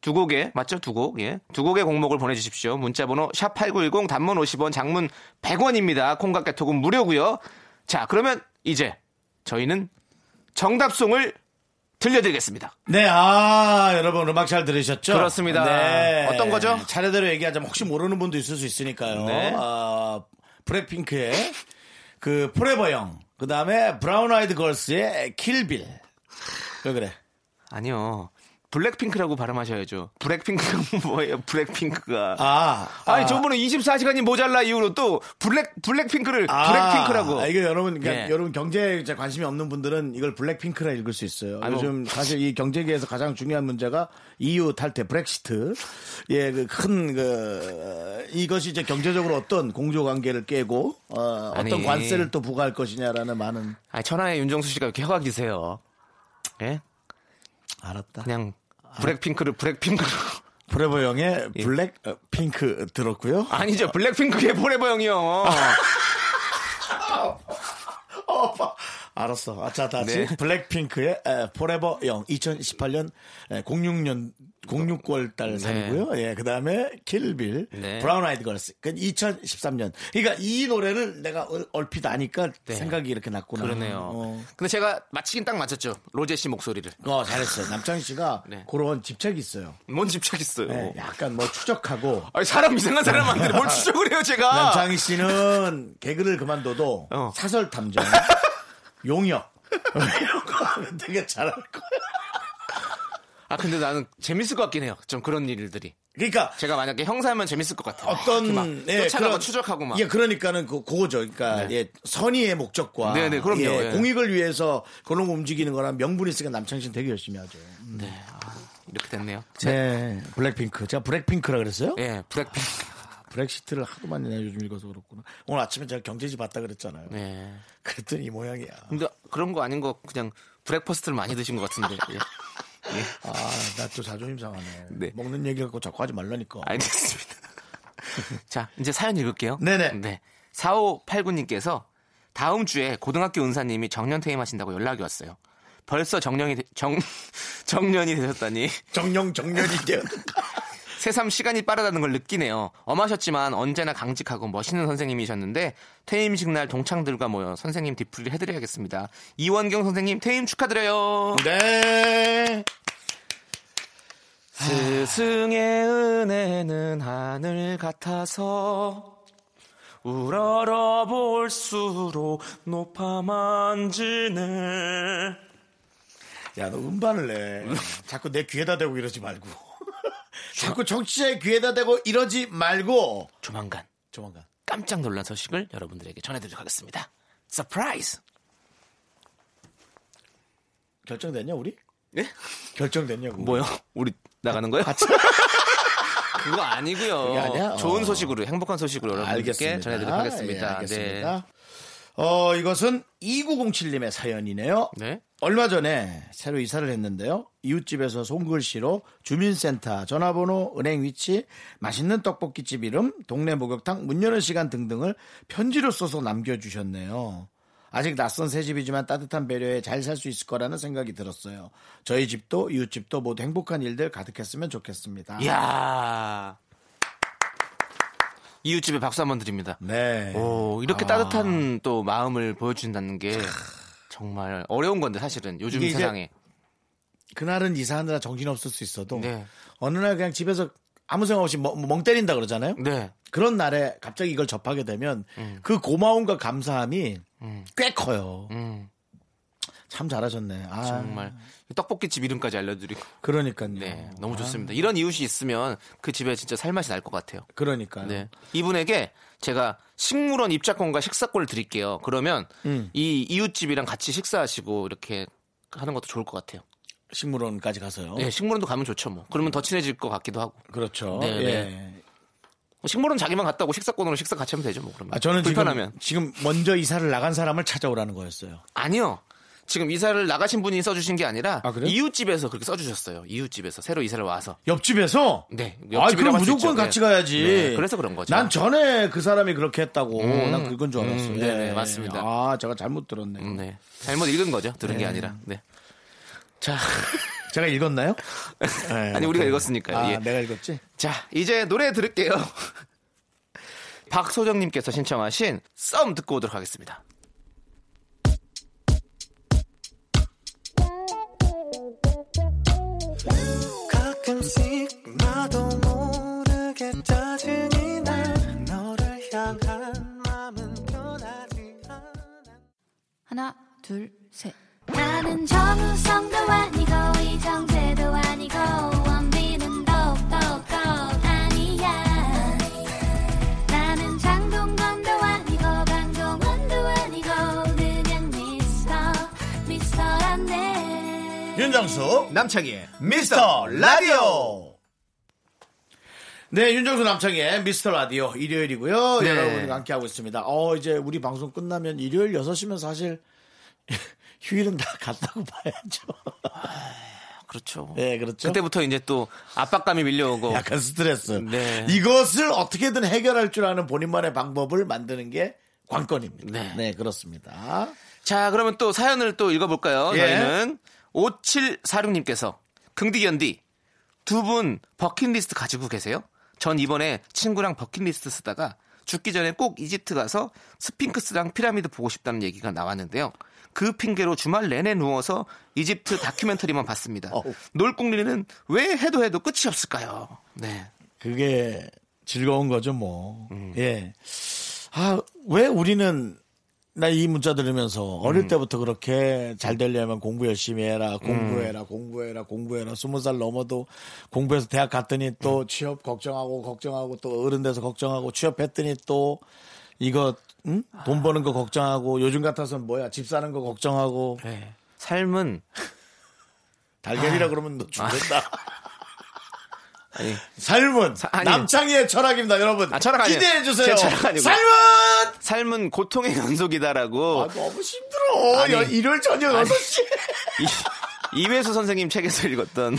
Speaker 2: 두 곡의, 맞죠? 두 곡, 예. 두 곡의 곡목을 보내주십시오. 문자번호 샵8910 단문 50원, 장문 100원입니다. 콩깍 개톡은 무료고요 자, 그러면 이제 저희는 정답송을 들려드리겠습니다.
Speaker 1: 네, 아, 여러분 음악 잘 들으셨죠? 네.
Speaker 2: 그렇습니다. 어떤 거죠?
Speaker 1: 차례대로 얘기하자면 혹시 모르는 분도 있을 수 있으니까요.
Speaker 2: 네.
Speaker 1: 아, 브레핑크의 그 포레버 형, 그 다음에 브라운 아이드 걸스의 킬빌. 왜 그래?
Speaker 2: 아니요. 블랙핑크라고 발음하셔야죠. 블랙핑크가 뭐예요? 블랙핑크가.
Speaker 1: 아,
Speaker 2: 아니 저분은 24시간이 모자라 이후로 또 블랙 블랙핑크를
Speaker 1: 아,
Speaker 2: 블랙핑크라고.
Speaker 1: 아, 이거 여러분, 그러니까
Speaker 2: 예.
Speaker 1: 여러분 경제에 진짜 관심이 없는 분들은 이걸 블랙핑크라 읽을 수 있어요.
Speaker 2: 아이고.
Speaker 1: 요즘 사실 이 경제계에서 가장 중요한 문제가 EU 탈퇴, 브렉시트. 예, 그 큰, 그, 이것이 이제 경제적으로 어떤 공조 관계를 깨고, 어, 어떤
Speaker 2: 아니.
Speaker 1: 관세를 또 부과할 것이냐라는 많은.
Speaker 2: 아니, 천하의 윤정수 씨가 이렇게 허각이세요. 예?
Speaker 1: 알았다.
Speaker 2: 그냥 블랙핑크를 블랙핑크로
Speaker 1: 브레버 형의 블랙 어, 핑크 들었고요.
Speaker 2: 예. 아니죠 블랙핑크의 포레버 형이요.
Speaker 1: 어, 봐. 알았어. 아, 자, 다시.
Speaker 2: 네.
Speaker 1: 블랙핑크의 에, 포레버 영 2018년 06년 06월 달 산이고요. 예, 그다음에 킬빌
Speaker 2: 네.
Speaker 1: 브라운 아이드 걸스. 그 2013년. 그러니까 이 노래를 내가 얼- 얼핏 아니까 생각이 이렇게 났구나.
Speaker 2: 네. 그러네요.
Speaker 1: 어.
Speaker 2: 근데 제가 맞히긴 딱 맞췄죠. 로제 씨 목소리를.
Speaker 1: 어, 잘했어요. 남창희 씨가
Speaker 2: 네.
Speaker 1: 그런 집착이 있어요.
Speaker 2: 뭔 집착했어요.
Speaker 1: 예, 약간 뭐 추적하고
Speaker 2: 아니 사람 이상한 사람한테 뭘 추적을 해요 제가.
Speaker 1: 남창희 씨는 개그를 그만둬도
Speaker 2: 아! 어.
Speaker 1: 사설 탐정, 용역 뭐 이런 거 하면 되게 잘할 거야.
Speaker 2: 아 근데 나는 재밌을 것 같긴 해요. 좀 그런 일들이.
Speaker 1: 그러니까
Speaker 2: 제가 만약에 형사면 재밌을 것 같아요. 이렇게
Speaker 1: 어떤
Speaker 2: 막
Speaker 1: 예,
Speaker 2: 쫓아가고
Speaker 1: 그런-
Speaker 2: 추적하고 막.
Speaker 1: 예, 그러니까는 그 그거죠. 그러니까 예, 선의의 목적과
Speaker 2: 네, 네, 그럼요.
Speaker 1: 예,
Speaker 2: 예.
Speaker 1: 공익을 위해서 그런 거 움직이는 거랑 명분이 있으니까 남창희 씨는 되게 열심히 하죠.
Speaker 2: 이렇게 됐네요.
Speaker 1: 네, 블랙핑크. 제가 블랙핑크라 그랬어요?
Speaker 2: 예, 블랙핑.
Speaker 1: 브렉시트를 하도 많이 내가 요즘 읽어서 그렇구나. 오늘 아침에 제가 경제지 봤다 그랬잖아요.
Speaker 2: 예.
Speaker 1: 그랬더니 이 모양이야.
Speaker 2: 근데 그런 거 아닌 거 그냥 브렉퍼스트를 많이 드신 것 같은데. 예.
Speaker 1: 아, 나 또 자존심 상하네.
Speaker 2: 네.
Speaker 1: 먹는 얘기 갖고 자꾸 하지 말라니까.
Speaker 2: 알겠습니다. 자, 이제 사연 읽을게요.
Speaker 1: 네네.
Speaker 2: 네. 4589님께서 다음 주에 고등학교 은사님이 정년 퇴임하신다고 연락이 왔어요. 벌써 정년이, 되- 정, 정년이 되셨다니.
Speaker 1: 정령 정년이 돼요.
Speaker 2: 새삼 시간이 빠르다는 걸 느끼네요. 엄하셨지만 언제나 강직하고 멋있는 선생님이셨는데 퇴임식 날 동창들과 모여 선생님 뒤풀이를 해드려야겠습니다. 이원경 선생님 퇴임 축하드려요.
Speaker 1: 네.
Speaker 2: 스승의 은혜는 하늘 같아서 우러러 볼수록 높아 만지네.
Speaker 1: 야, 너 음반을 내. 자꾸 내 귀에다 대고 이러지 말고. 자꾸 정치자의 귀에다 대고 이러지 말고.
Speaker 2: 조만간
Speaker 1: 조만간.
Speaker 2: 깜짝 놀란 소식을 여러분들에게 전해드리도록 하겠습니다. 서프라이즈!
Speaker 1: 결정됐냐, 우리?
Speaker 2: 예?
Speaker 1: 결정됐냐고.
Speaker 2: 뭐요? 우리 나가는 거요? 그거 아니고요.
Speaker 1: 그게 아니야? 어.
Speaker 2: 좋은 소식으로 행복한 소식으로 여러분들께
Speaker 1: 알겠습니다.
Speaker 2: 전해드리도록 하겠습니다. 네.
Speaker 1: 예, 알겠습니다. 어, 이것은 2907님의 사연이네요.
Speaker 2: 네. 네.
Speaker 1: 얼마 전에 새로 이사를 했는데요. 이웃집에서 손글씨로 주민센터, 전화번호, 은행 위치, 맛있는 떡볶이집 이름, 동네 목욕탕 문 여는 시간 등등을 편지로 써서 남겨주셨네요. 아직 낯선 새 집이지만 따뜻한 배려에 잘 살 수 있을 거라는 생각이 들었어요. 저희 집도 이웃집도 모두 행복한 일들 가득했으면 좋겠습니다.
Speaker 2: 네. 이야. 이웃집에 박수 한번 드립니다.
Speaker 1: 네.
Speaker 2: 오, 이렇게 따뜻한 또 마음을 보여준다는 게 정말 어려운 건데 사실은 요즘
Speaker 1: 이게 이제
Speaker 2: 세상에.
Speaker 1: 그날은 이사하느라 정신없을 수 있어도
Speaker 2: 네.
Speaker 1: 어느 날 그냥 집에서 아무 생각 없이 멍, 멍 때린다 그러잖아요.
Speaker 2: 네.
Speaker 1: 그런 날에 갑자기 이걸 접하게 되면 그 고마움과 감사함이 꽤 커요.
Speaker 2: 음,
Speaker 1: 참 잘하셨네. 아,
Speaker 2: 정말 떡볶이집 이름까지 알려드리고.
Speaker 1: 그러니까요.
Speaker 2: 네. 너무 좋습니다. 이런 이웃이 있으면 그 집에 진짜 살맛이 날 것 같아요.
Speaker 1: 그러니까요.
Speaker 2: 네. 이분에게 제가 식물원 입장권과 식사권을 드릴게요. 그러면
Speaker 1: 음.
Speaker 2: 이 이웃집이랑 같이 식사하시고 이렇게 하는 것도 좋을 것 같아요.
Speaker 1: 식물원까지 가서요.
Speaker 2: 네, 식물원도 가면 좋죠, 뭐. 그러면 더 친해질 것 같기도 하고.
Speaker 1: 그렇죠.
Speaker 2: 네,
Speaker 1: 예.
Speaker 2: 네. 식물원 자기만 갔다고 식사권으로 식사 같이 하면 되죠, 뭐. 그러면.
Speaker 1: 아, 저는
Speaker 2: 불편하면.
Speaker 1: 지금, 지금 먼저 이사를 나간 사람을 찾아오라는 거였어요.
Speaker 2: 아니요. 지금 이사를 나가신 분이 써주신 게 아니라
Speaker 1: 아, 그래요?
Speaker 2: 이웃집에서 그렇게 써주셨어요. 이웃집에서 새로 이사를 와서.
Speaker 1: 옆집에서?
Speaker 2: 네.
Speaker 1: 아,
Speaker 2: 옆집이라고
Speaker 1: 그럼
Speaker 2: 할수
Speaker 1: 무조건
Speaker 2: 있죠.
Speaker 1: 같이
Speaker 2: 네.
Speaker 1: 가야지.
Speaker 2: 네, 그래서 그런 거죠.
Speaker 1: 난 전에 그 사람이 그렇게 했다고. 난 그건 줄 알았어요.
Speaker 2: 음, 네네, 맞습니다.
Speaker 1: 아, 제가 잘못 들었네.
Speaker 2: 음,
Speaker 1: 요
Speaker 2: 네. 잘못 읽은 거죠. 들은 게 아니라. 네. 자.
Speaker 1: 제가 읽었나요? 네,
Speaker 2: 아니, 우리가 읽었으니까요.
Speaker 1: 아,
Speaker 2: 예.
Speaker 1: 내가 읽었지?
Speaker 2: 자, 이제 노래 들을게요. 박소정님께서 신청하신 썸 듣고 오도록 하겠습니다.
Speaker 8: 가끔씩 나도 모르게 짜증이 나 너를 향한 마음은 변하지 않아
Speaker 9: 하나, 둘, 셋.
Speaker 6: 나는 정우성도 아니고 이정재도 아니고 원빈은 더욱더 아니야 나는 장동건도 아니고 강동원도 아니고 그냥 미스터 미스터란데
Speaker 1: 윤정수 남창희의 미스터 라디오 네 윤정수 남창희의 미스터 라디오 일요일이고요
Speaker 2: 네.
Speaker 1: 여러분과 함께하고 있습니다 어 이제 우리 방송 끝나면 일요일 6시면 사실 휴일은 다 갔다고 봐야죠
Speaker 2: 그렇죠.
Speaker 8: 네,
Speaker 1: 예, 그렇죠.
Speaker 2: 그때부터 이제 또 압박감이 밀려오고
Speaker 1: 약간 스트레스.
Speaker 2: 네.
Speaker 1: 이것을 어떻게든 해결할 줄 아는 본인만의 방법을 만드는 게 관건입니다. 네,
Speaker 2: 네.
Speaker 1: 그렇습니다.
Speaker 2: 자, 그러면 또 사연을 또 읽어볼까요?
Speaker 1: 예.
Speaker 2: 저희는 5746님께서 긍디견디 두 분 버킷리스트 가지고 계세요? 전 이번에 친구랑 버킷리스트 쓰다가 죽기 전에 꼭 이집트 가서 스핑크스랑 피라미드 보고 싶다는 얘기가 나왔는데요. 그 핑계로 주말 내내 누워서 이집트 다큐멘터리만 봤습니다.
Speaker 1: 어우.
Speaker 2: 놀궁리는 왜 해도 해도 끝이 없을까요? 네.
Speaker 1: 그게 즐거운 거죠, 뭐.
Speaker 2: 음.
Speaker 1: 예. 아, 왜 우리는 나 이 문자 들으면서
Speaker 2: 음.
Speaker 1: 어릴 때부터 그렇게 잘 되려면 공부 열심히 해라, 공부해라, 공부해라, 공부해라. 스무 살 넘어도 공부해서 대학 갔더니 또
Speaker 2: 음.
Speaker 1: 취업 걱정하고, 걱정하고, 또 어른 돼서 걱정하고, 취업했더니 또 이거, 응?
Speaker 2: 아.
Speaker 1: 돈 버는 거 걱정하고, 요즘 같아서는 뭐야, 집 사는 거 걱정하고.
Speaker 2: 네. 아. 삶은
Speaker 1: 달걀이라 그러면 너 죽는다.
Speaker 2: 아니,
Speaker 1: 삶은
Speaker 2: 사- 아니.
Speaker 1: 남창희의 철학입니다, 여러분.
Speaker 2: 아, 철학 아니에요.
Speaker 1: 기대해 주세요.
Speaker 2: 제 철학 아니고.
Speaker 1: 삶은
Speaker 2: 삶은 고통의 연속이다라고
Speaker 1: 아, 너무 힘들어.
Speaker 2: 아니.
Speaker 1: 여- 일요일 저녁 6시.
Speaker 2: 이- 이회수 선생님 책에서 읽었던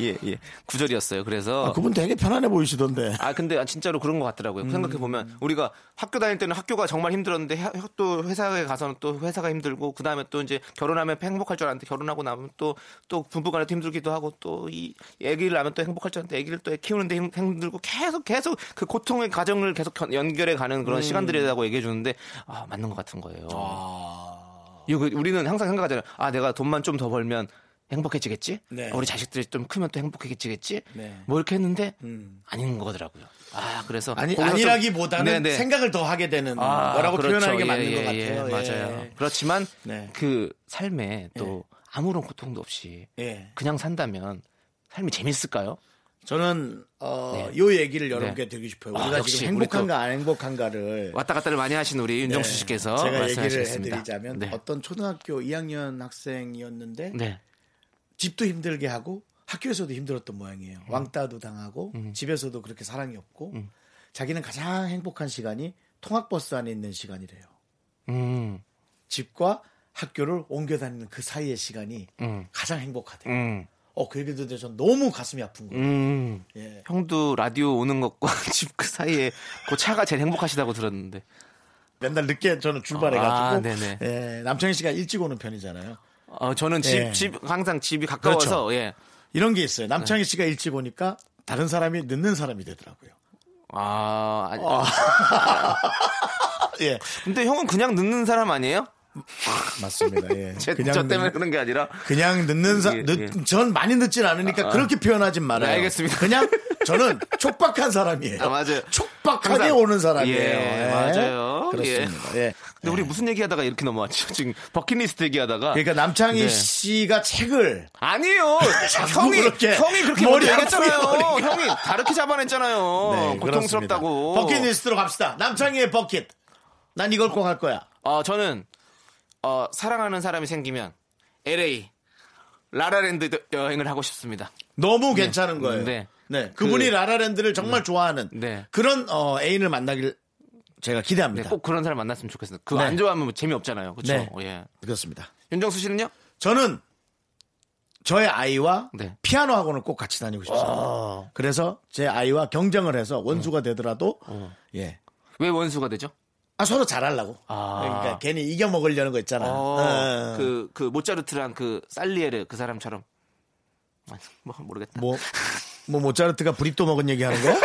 Speaker 2: 예, 예. 구절이었어요. 아, 그래서 음.
Speaker 1: 그분 되게 편안해 보이시던데.
Speaker 2: 아 근데 진짜로 그런 것 같더라고요. 생각해 보면 우리가 학교 다닐 때는 학교가 정말 힘들었는데 해- 또 회사에 가서는 또 회사가 힘들고 그 다음에 또 이제 결혼하면 행복할 줄 알았는데 결혼하고 나면 또 또 부부간에도 힘들기도 하고 또 이 아기를 낳으면 또 행복할 줄 알았는데 아기를 또 키우는데 힘- 힘들고 계속 계속 그 고통의 과정을 계속 견- 연결해 가는 그런 시간들이라고 얘기해 주는데 음. 아 맞는 것 같은 거예요.
Speaker 1: 아,
Speaker 2: 이거 그 우리는 항상 생각하잖아요. 아 내가 돈만 좀 더 벌면 행복해지겠지?
Speaker 1: 네.
Speaker 2: 우리 자식들이 좀 크면 또 행복해지겠지?
Speaker 1: 네. 음.
Speaker 2: 뭐 이렇게 했는데 아닌 거더라고요. 아 그래서
Speaker 1: 아니,
Speaker 2: 거기서 좀-
Speaker 1: 아니라기보다는
Speaker 2: 네네.
Speaker 1: 생각을 더 하게 되는
Speaker 2: 아,
Speaker 1: 거라고
Speaker 2: 그렇죠.
Speaker 1: 표현하는 게
Speaker 2: 예,
Speaker 1: 맞는
Speaker 2: 예,
Speaker 1: 것
Speaker 2: 예,
Speaker 1: 같아요.
Speaker 2: 맞아요. 그렇지만
Speaker 1: 네.
Speaker 2: 그 삶에 또 아무런 고통도 없이
Speaker 1: 예.
Speaker 2: 그냥 산다면 삶이 재밌을까요?
Speaker 1: 저는 어, 요 얘기를 여러분께
Speaker 2: 네.
Speaker 1: 드리고 싶어요.
Speaker 2: 아,
Speaker 1: 우리가
Speaker 2: 역시
Speaker 1: 지금
Speaker 2: 우리 또-
Speaker 1: 행복한가 안 행복한가를
Speaker 2: 왔다 갔다를 많이 하신 우리 윤정수 씨께서
Speaker 1: 네. 제가 얘기를
Speaker 2: 말씀하시겠습니다.
Speaker 1: 해드리자면
Speaker 2: 네.
Speaker 1: 어떤 초등학교 2학년 학생이었는데
Speaker 2: 네.
Speaker 1: 집도 힘들게 하고 학교에서도 힘들었던 모양이에요.
Speaker 2: 음.
Speaker 1: 왕따도 당하고 집에서도 그렇게 사랑이 없고 자기는 가장 행복한 시간이 통학버스 안에 있는 시간이래요.
Speaker 2: 음.
Speaker 1: 집과 학교를 옮겨 다니는 그 사이의 시간이
Speaker 2: 음.
Speaker 1: 가장 행복하대요.
Speaker 2: 음.
Speaker 1: 어, 그 얘기 듣는데 전 너무 가슴이 아픈 거예요.
Speaker 2: 음.
Speaker 1: 예.
Speaker 2: 형도 라디오 오는 것과 집 그 사이에 그 차가 제일 행복하시다고 들었는데.
Speaker 1: 맨날 늦게 저는 출발해가지고
Speaker 2: 아, 네네.
Speaker 1: 예, 남창희 씨가 일찍 오는 편이잖아요.
Speaker 2: 어, 저는 집,
Speaker 1: 예. 그렇죠.
Speaker 2: 집, 항상 집이 가까워서, 예.
Speaker 1: 이런 게 있어요.
Speaker 2: 네.
Speaker 1: 남창희 씨가 일찍 오니까 다른 사람이 늦는 사람이 되더라고요.
Speaker 2: 아, 아니-
Speaker 1: 예,
Speaker 2: 근데 형은 그냥 늦는 사람 아니에요?
Speaker 1: 맞습니다. 예.
Speaker 2: 제, 저 때문에 그런 게 아니라.
Speaker 1: 그냥 늦는 사,
Speaker 2: 예,
Speaker 1: 늦,
Speaker 2: 예. 아,
Speaker 1: 전 많이 늦진 않으니까 그렇게 표현하진 말아요.
Speaker 2: 네, 알겠습니다.
Speaker 1: 그냥 저는 촉박한 사람이에요.
Speaker 2: 아, 맞아요.
Speaker 1: 촉박하게
Speaker 2: 항상-
Speaker 1: 오는 사람이에요.
Speaker 2: 예, 맞아요.
Speaker 1: 그렇습니다. 예.
Speaker 2: 근데 우리 무슨 얘기하다가 이렇게 넘어왔죠? 지금 버킷리스트 얘기하다가.
Speaker 1: 그러니까 남창희
Speaker 2: 네.
Speaker 1: 씨가 책을
Speaker 2: 아니에요.
Speaker 1: 자꾸
Speaker 2: 형이
Speaker 1: 그렇게
Speaker 2: 그렇게 형이 그렇게
Speaker 1: 머리
Speaker 2: 먼저
Speaker 1: 아프게
Speaker 2: 얘기했잖아요.
Speaker 1: 머리가.
Speaker 2: 형이 다르게 잡아냈잖아요.
Speaker 1: 네, 그렇습니다.
Speaker 2: 어, 고통스럽다고.
Speaker 1: 버킷리스트로 갑시다. 남창희의 버킷. 난 이걸 꼭 할 거야.
Speaker 2: 어, 저는 어, 사랑하는 사람이 생기면 LA 라라랜드 여행을 하고 싶습니다.
Speaker 1: 너무 괜찮은 거예요. 네.
Speaker 2: 네.
Speaker 1: 그분이
Speaker 2: 그-
Speaker 1: 라라랜드를 정말 좋아하는
Speaker 2: 네.
Speaker 1: 그런 어, 애인을 만나길 제가
Speaker 2: 네,
Speaker 1: 기대합니다.
Speaker 2: 꼭 그런 사람 만났으면 좋겠습니다. 그거
Speaker 1: 네.
Speaker 2: 안 좋아하면 재미없잖아요. 그렇죠?
Speaker 1: 네.
Speaker 2: 예.
Speaker 1: 그렇습니다.
Speaker 2: 윤정수 씨는요?
Speaker 1: 저는 저의 아이와
Speaker 2: 네. 아.
Speaker 1: 피아노 학원을 꼭 같이 다니고 싶어요. 그래서 제 아이와 경쟁을 해서
Speaker 2: 음.
Speaker 1: 원수가 되더라도
Speaker 2: 어.
Speaker 1: 예.
Speaker 2: 왜 원수가 되죠?
Speaker 1: 아 서로 잘하려고.
Speaker 2: 아.
Speaker 1: 그러니까 괜히 이겨 먹으려는 거 있잖아. 어.
Speaker 2: 그, 그, 모차르트랑 그, 살리에르 그 사람처럼. 아, 뭐, 모르겠다.
Speaker 1: 뭐, 뭐 모차르트가 브리또 먹은 얘기 하는 거?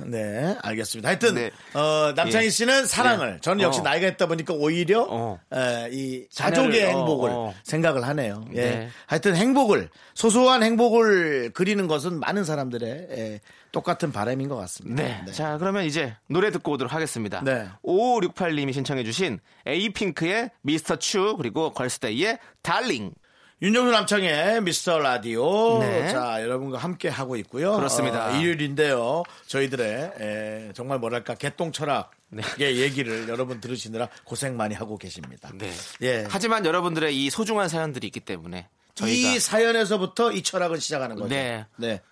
Speaker 1: 네, 알겠습니다. 하여튼
Speaker 2: 네.
Speaker 1: 어, 남창희
Speaker 2: 예.
Speaker 1: 씨는 사랑을 저는 역시
Speaker 2: 어.
Speaker 1: 나이가 있다 보니까 오히려
Speaker 2: 어.
Speaker 1: 에, 이 가족의
Speaker 2: 자녀를, 어,
Speaker 1: 행복을
Speaker 2: 어.
Speaker 1: 생각을 하네요. 예.
Speaker 2: 네.
Speaker 1: 하여튼 행복을 소소한 행복을 그리는 것은 많은 사람들의 에, 똑같은 바람인 것 같습니다.
Speaker 2: 네. 자, 그러면 이제 노래 듣고 오도록 하겠습니다.
Speaker 1: 네.
Speaker 2: 5568님이 신청해주신 에이핑크의 미스터 츄, 그리고 걸스데이의 달링.
Speaker 1: 윤정수 남창의 미스터 라디오.
Speaker 2: 네.
Speaker 1: 자, 여러분과 함께 하고 있고요.
Speaker 2: 그렇습니다.
Speaker 1: 어, 일요일인데요. 저희들의 에, 정말 뭐랄까
Speaker 2: 네.
Speaker 1: 개똥 철학의 얘기를 여러분 들으시느라 고생 많이 하고 계십니다.
Speaker 2: 네.
Speaker 1: 예.
Speaker 2: 하지만 여러분들의 이 소중한 사연들이 있기 때문에 저희가
Speaker 1: 이 사연에서부터 이 철학을 시작하는 거죠.
Speaker 2: 네.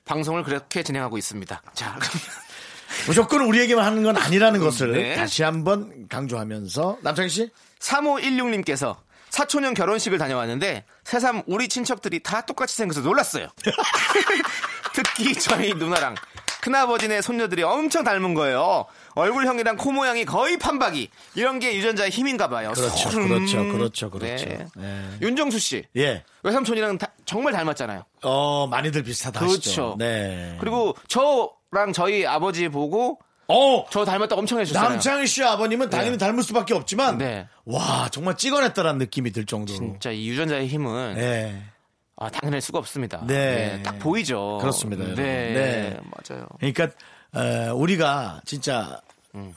Speaker 2: 방송을 그렇게 진행하고 있습니다. 자, 그러면
Speaker 1: 무조건 우리에게만 하는 건 아니라는 것을
Speaker 2: 네.
Speaker 1: 다시 한번 강조하면서 남창희 씨
Speaker 2: 3516님께서 사촌형 결혼식을 다녀왔는데 새삼 우리 친척들이 다 똑같이 생겨서 놀랐어요. 특히 저희 누나랑 큰아버지네 손녀들이 엄청 닮은 거예요. 얼굴형이랑 코 모양이 거의 판박이. 이런 게 유전자의 힘인가 봐요.
Speaker 1: 그렇죠,
Speaker 2: 소름.
Speaker 1: 그렇죠, 그렇죠, 그렇죠.
Speaker 2: 네.
Speaker 1: 예.
Speaker 2: 윤정수 씨.
Speaker 1: 예.
Speaker 2: 외삼촌이랑 다- 정말 닮았잖아요.
Speaker 1: 어, 많이들 비슷하다 하시죠.
Speaker 2: 그렇죠.
Speaker 1: 네.
Speaker 2: 그리고 저랑 저희 아버지 보고
Speaker 1: 어,
Speaker 2: 저 닮았다고 엄청 해주셨어요.
Speaker 1: 남창희 씨 아버님은 당연히 닮을 수밖에 없지만
Speaker 2: 네.
Speaker 1: 와, 정말 찍어냈다라는 느낌이 들 정도로.
Speaker 2: 진짜 이 유전자의 힘은
Speaker 1: 예.
Speaker 2: 아, 당연할 수가 없습니다.
Speaker 1: 네.
Speaker 2: 네, 딱 보이죠.
Speaker 1: 그렇습니다,
Speaker 2: 네,
Speaker 1: 여러분. 네.
Speaker 2: 맞아요.
Speaker 1: 그러니까 어, 우리가 진짜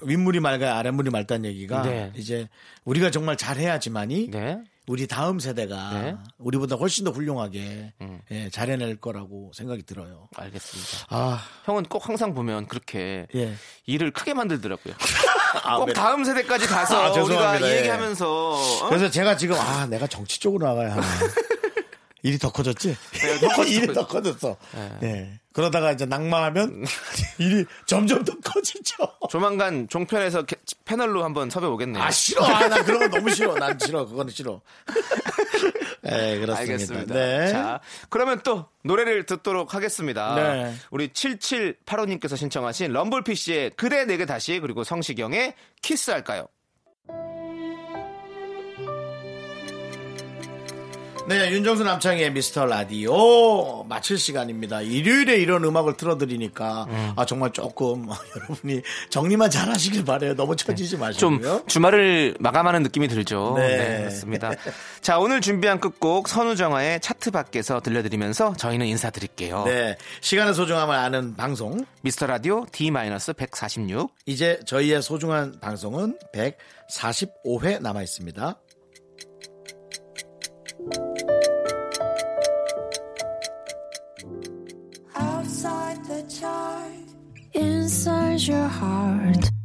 Speaker 1: 윗물이 맑아야 아랫물이 맑다는 얘기가
Speaker 2: 음. 네.
Speaker 1: 이제 우리가 정말 잘해야지만이
Speaker 2: 네.
Speaker 1: 우리 다음 세대가
Speaker 2: 네. 음.
Speaker 1: 우리보다 훨씬 더 훌륭하게 예, 잘해낼 거라고 생각이 들어요.
Speaker 2: 알겠습니다.
Speaker 1: 아,
Speaker 2: 형은 꼭 항상 보면 그렇게
Speaker 1: 예.
Speaker 2: 일을 크게 만들더라고요.
Speaker 1: 아,
Speaker 2: 꼭
Speaker 1: 왜-
Speaker 2: 다음 세대까지 가서
Speaker 1: 아,
Speaker 2: 우리가
Speaker 1: 죄송합니다.
Speaker 2: 이
Speaker 1: 예.
Speaker 2: 얘기하면서 어?
Speaker 1: 그래서 제가 지금 아 내가 정치 쪽으로 나가야 하나 일이 더 커졌지
Speaker 2: 네,
Speaker 1: 일이 더 커졌어 예 그러다가 이제 낙마하면 일이 점점 더 커지죠
Speaker 2: 조만간 종편에서 게- 패널로 한번 섭외 오겠네요.
Speaker 1: 아 싫어 아, 나 그런 거 너무 싫어 난 싫어 그거는 싫어 예 그렇습니다
Speaker 2: 알겠습니다.
Speaker 1: 네.
Speaker 2: 자, 그러면 또 노래를 듣도록 하겠습니다.
Speaker 1: 네.
Speaker 2: 우리 7785님께서 신청하신 럼블피쉬의 그래 내게 다시 그리고 성시경의 키스할까요?
Speaker 1: 네, 윤정수 남창의 미스터 라디오 마칠 시간입니다. 일요일에 이런 음악을 틀어드리니까
Speaker 2: 음.
Speaker 1: 아 정말 조금 여러분이 정리만 잘 하시길 바래요. 너무 처지지
Speaker 2: 네. 좀
Speaker 1: 마시고요.
Speaker 2: 주말을 마감하는 느낌이 들죠.
Speaker 1: 네.
Speaker 2: 네. 그렇습니다. 자, 오늘 준비한 끝곡 선우정아의 차트 밖에서 들려드리면서 저희는 인사드릴게요.
Speaker 1: 네, 시간의 소중함을 아는 방송
Speaker 2: 미스터 라디오 D-146.
Speaker 1: 이제 저희의 소중한 방송은 145회 남아 있습니다.
Speaker 8: Outside the chart.
Speaker 9: Inside your heart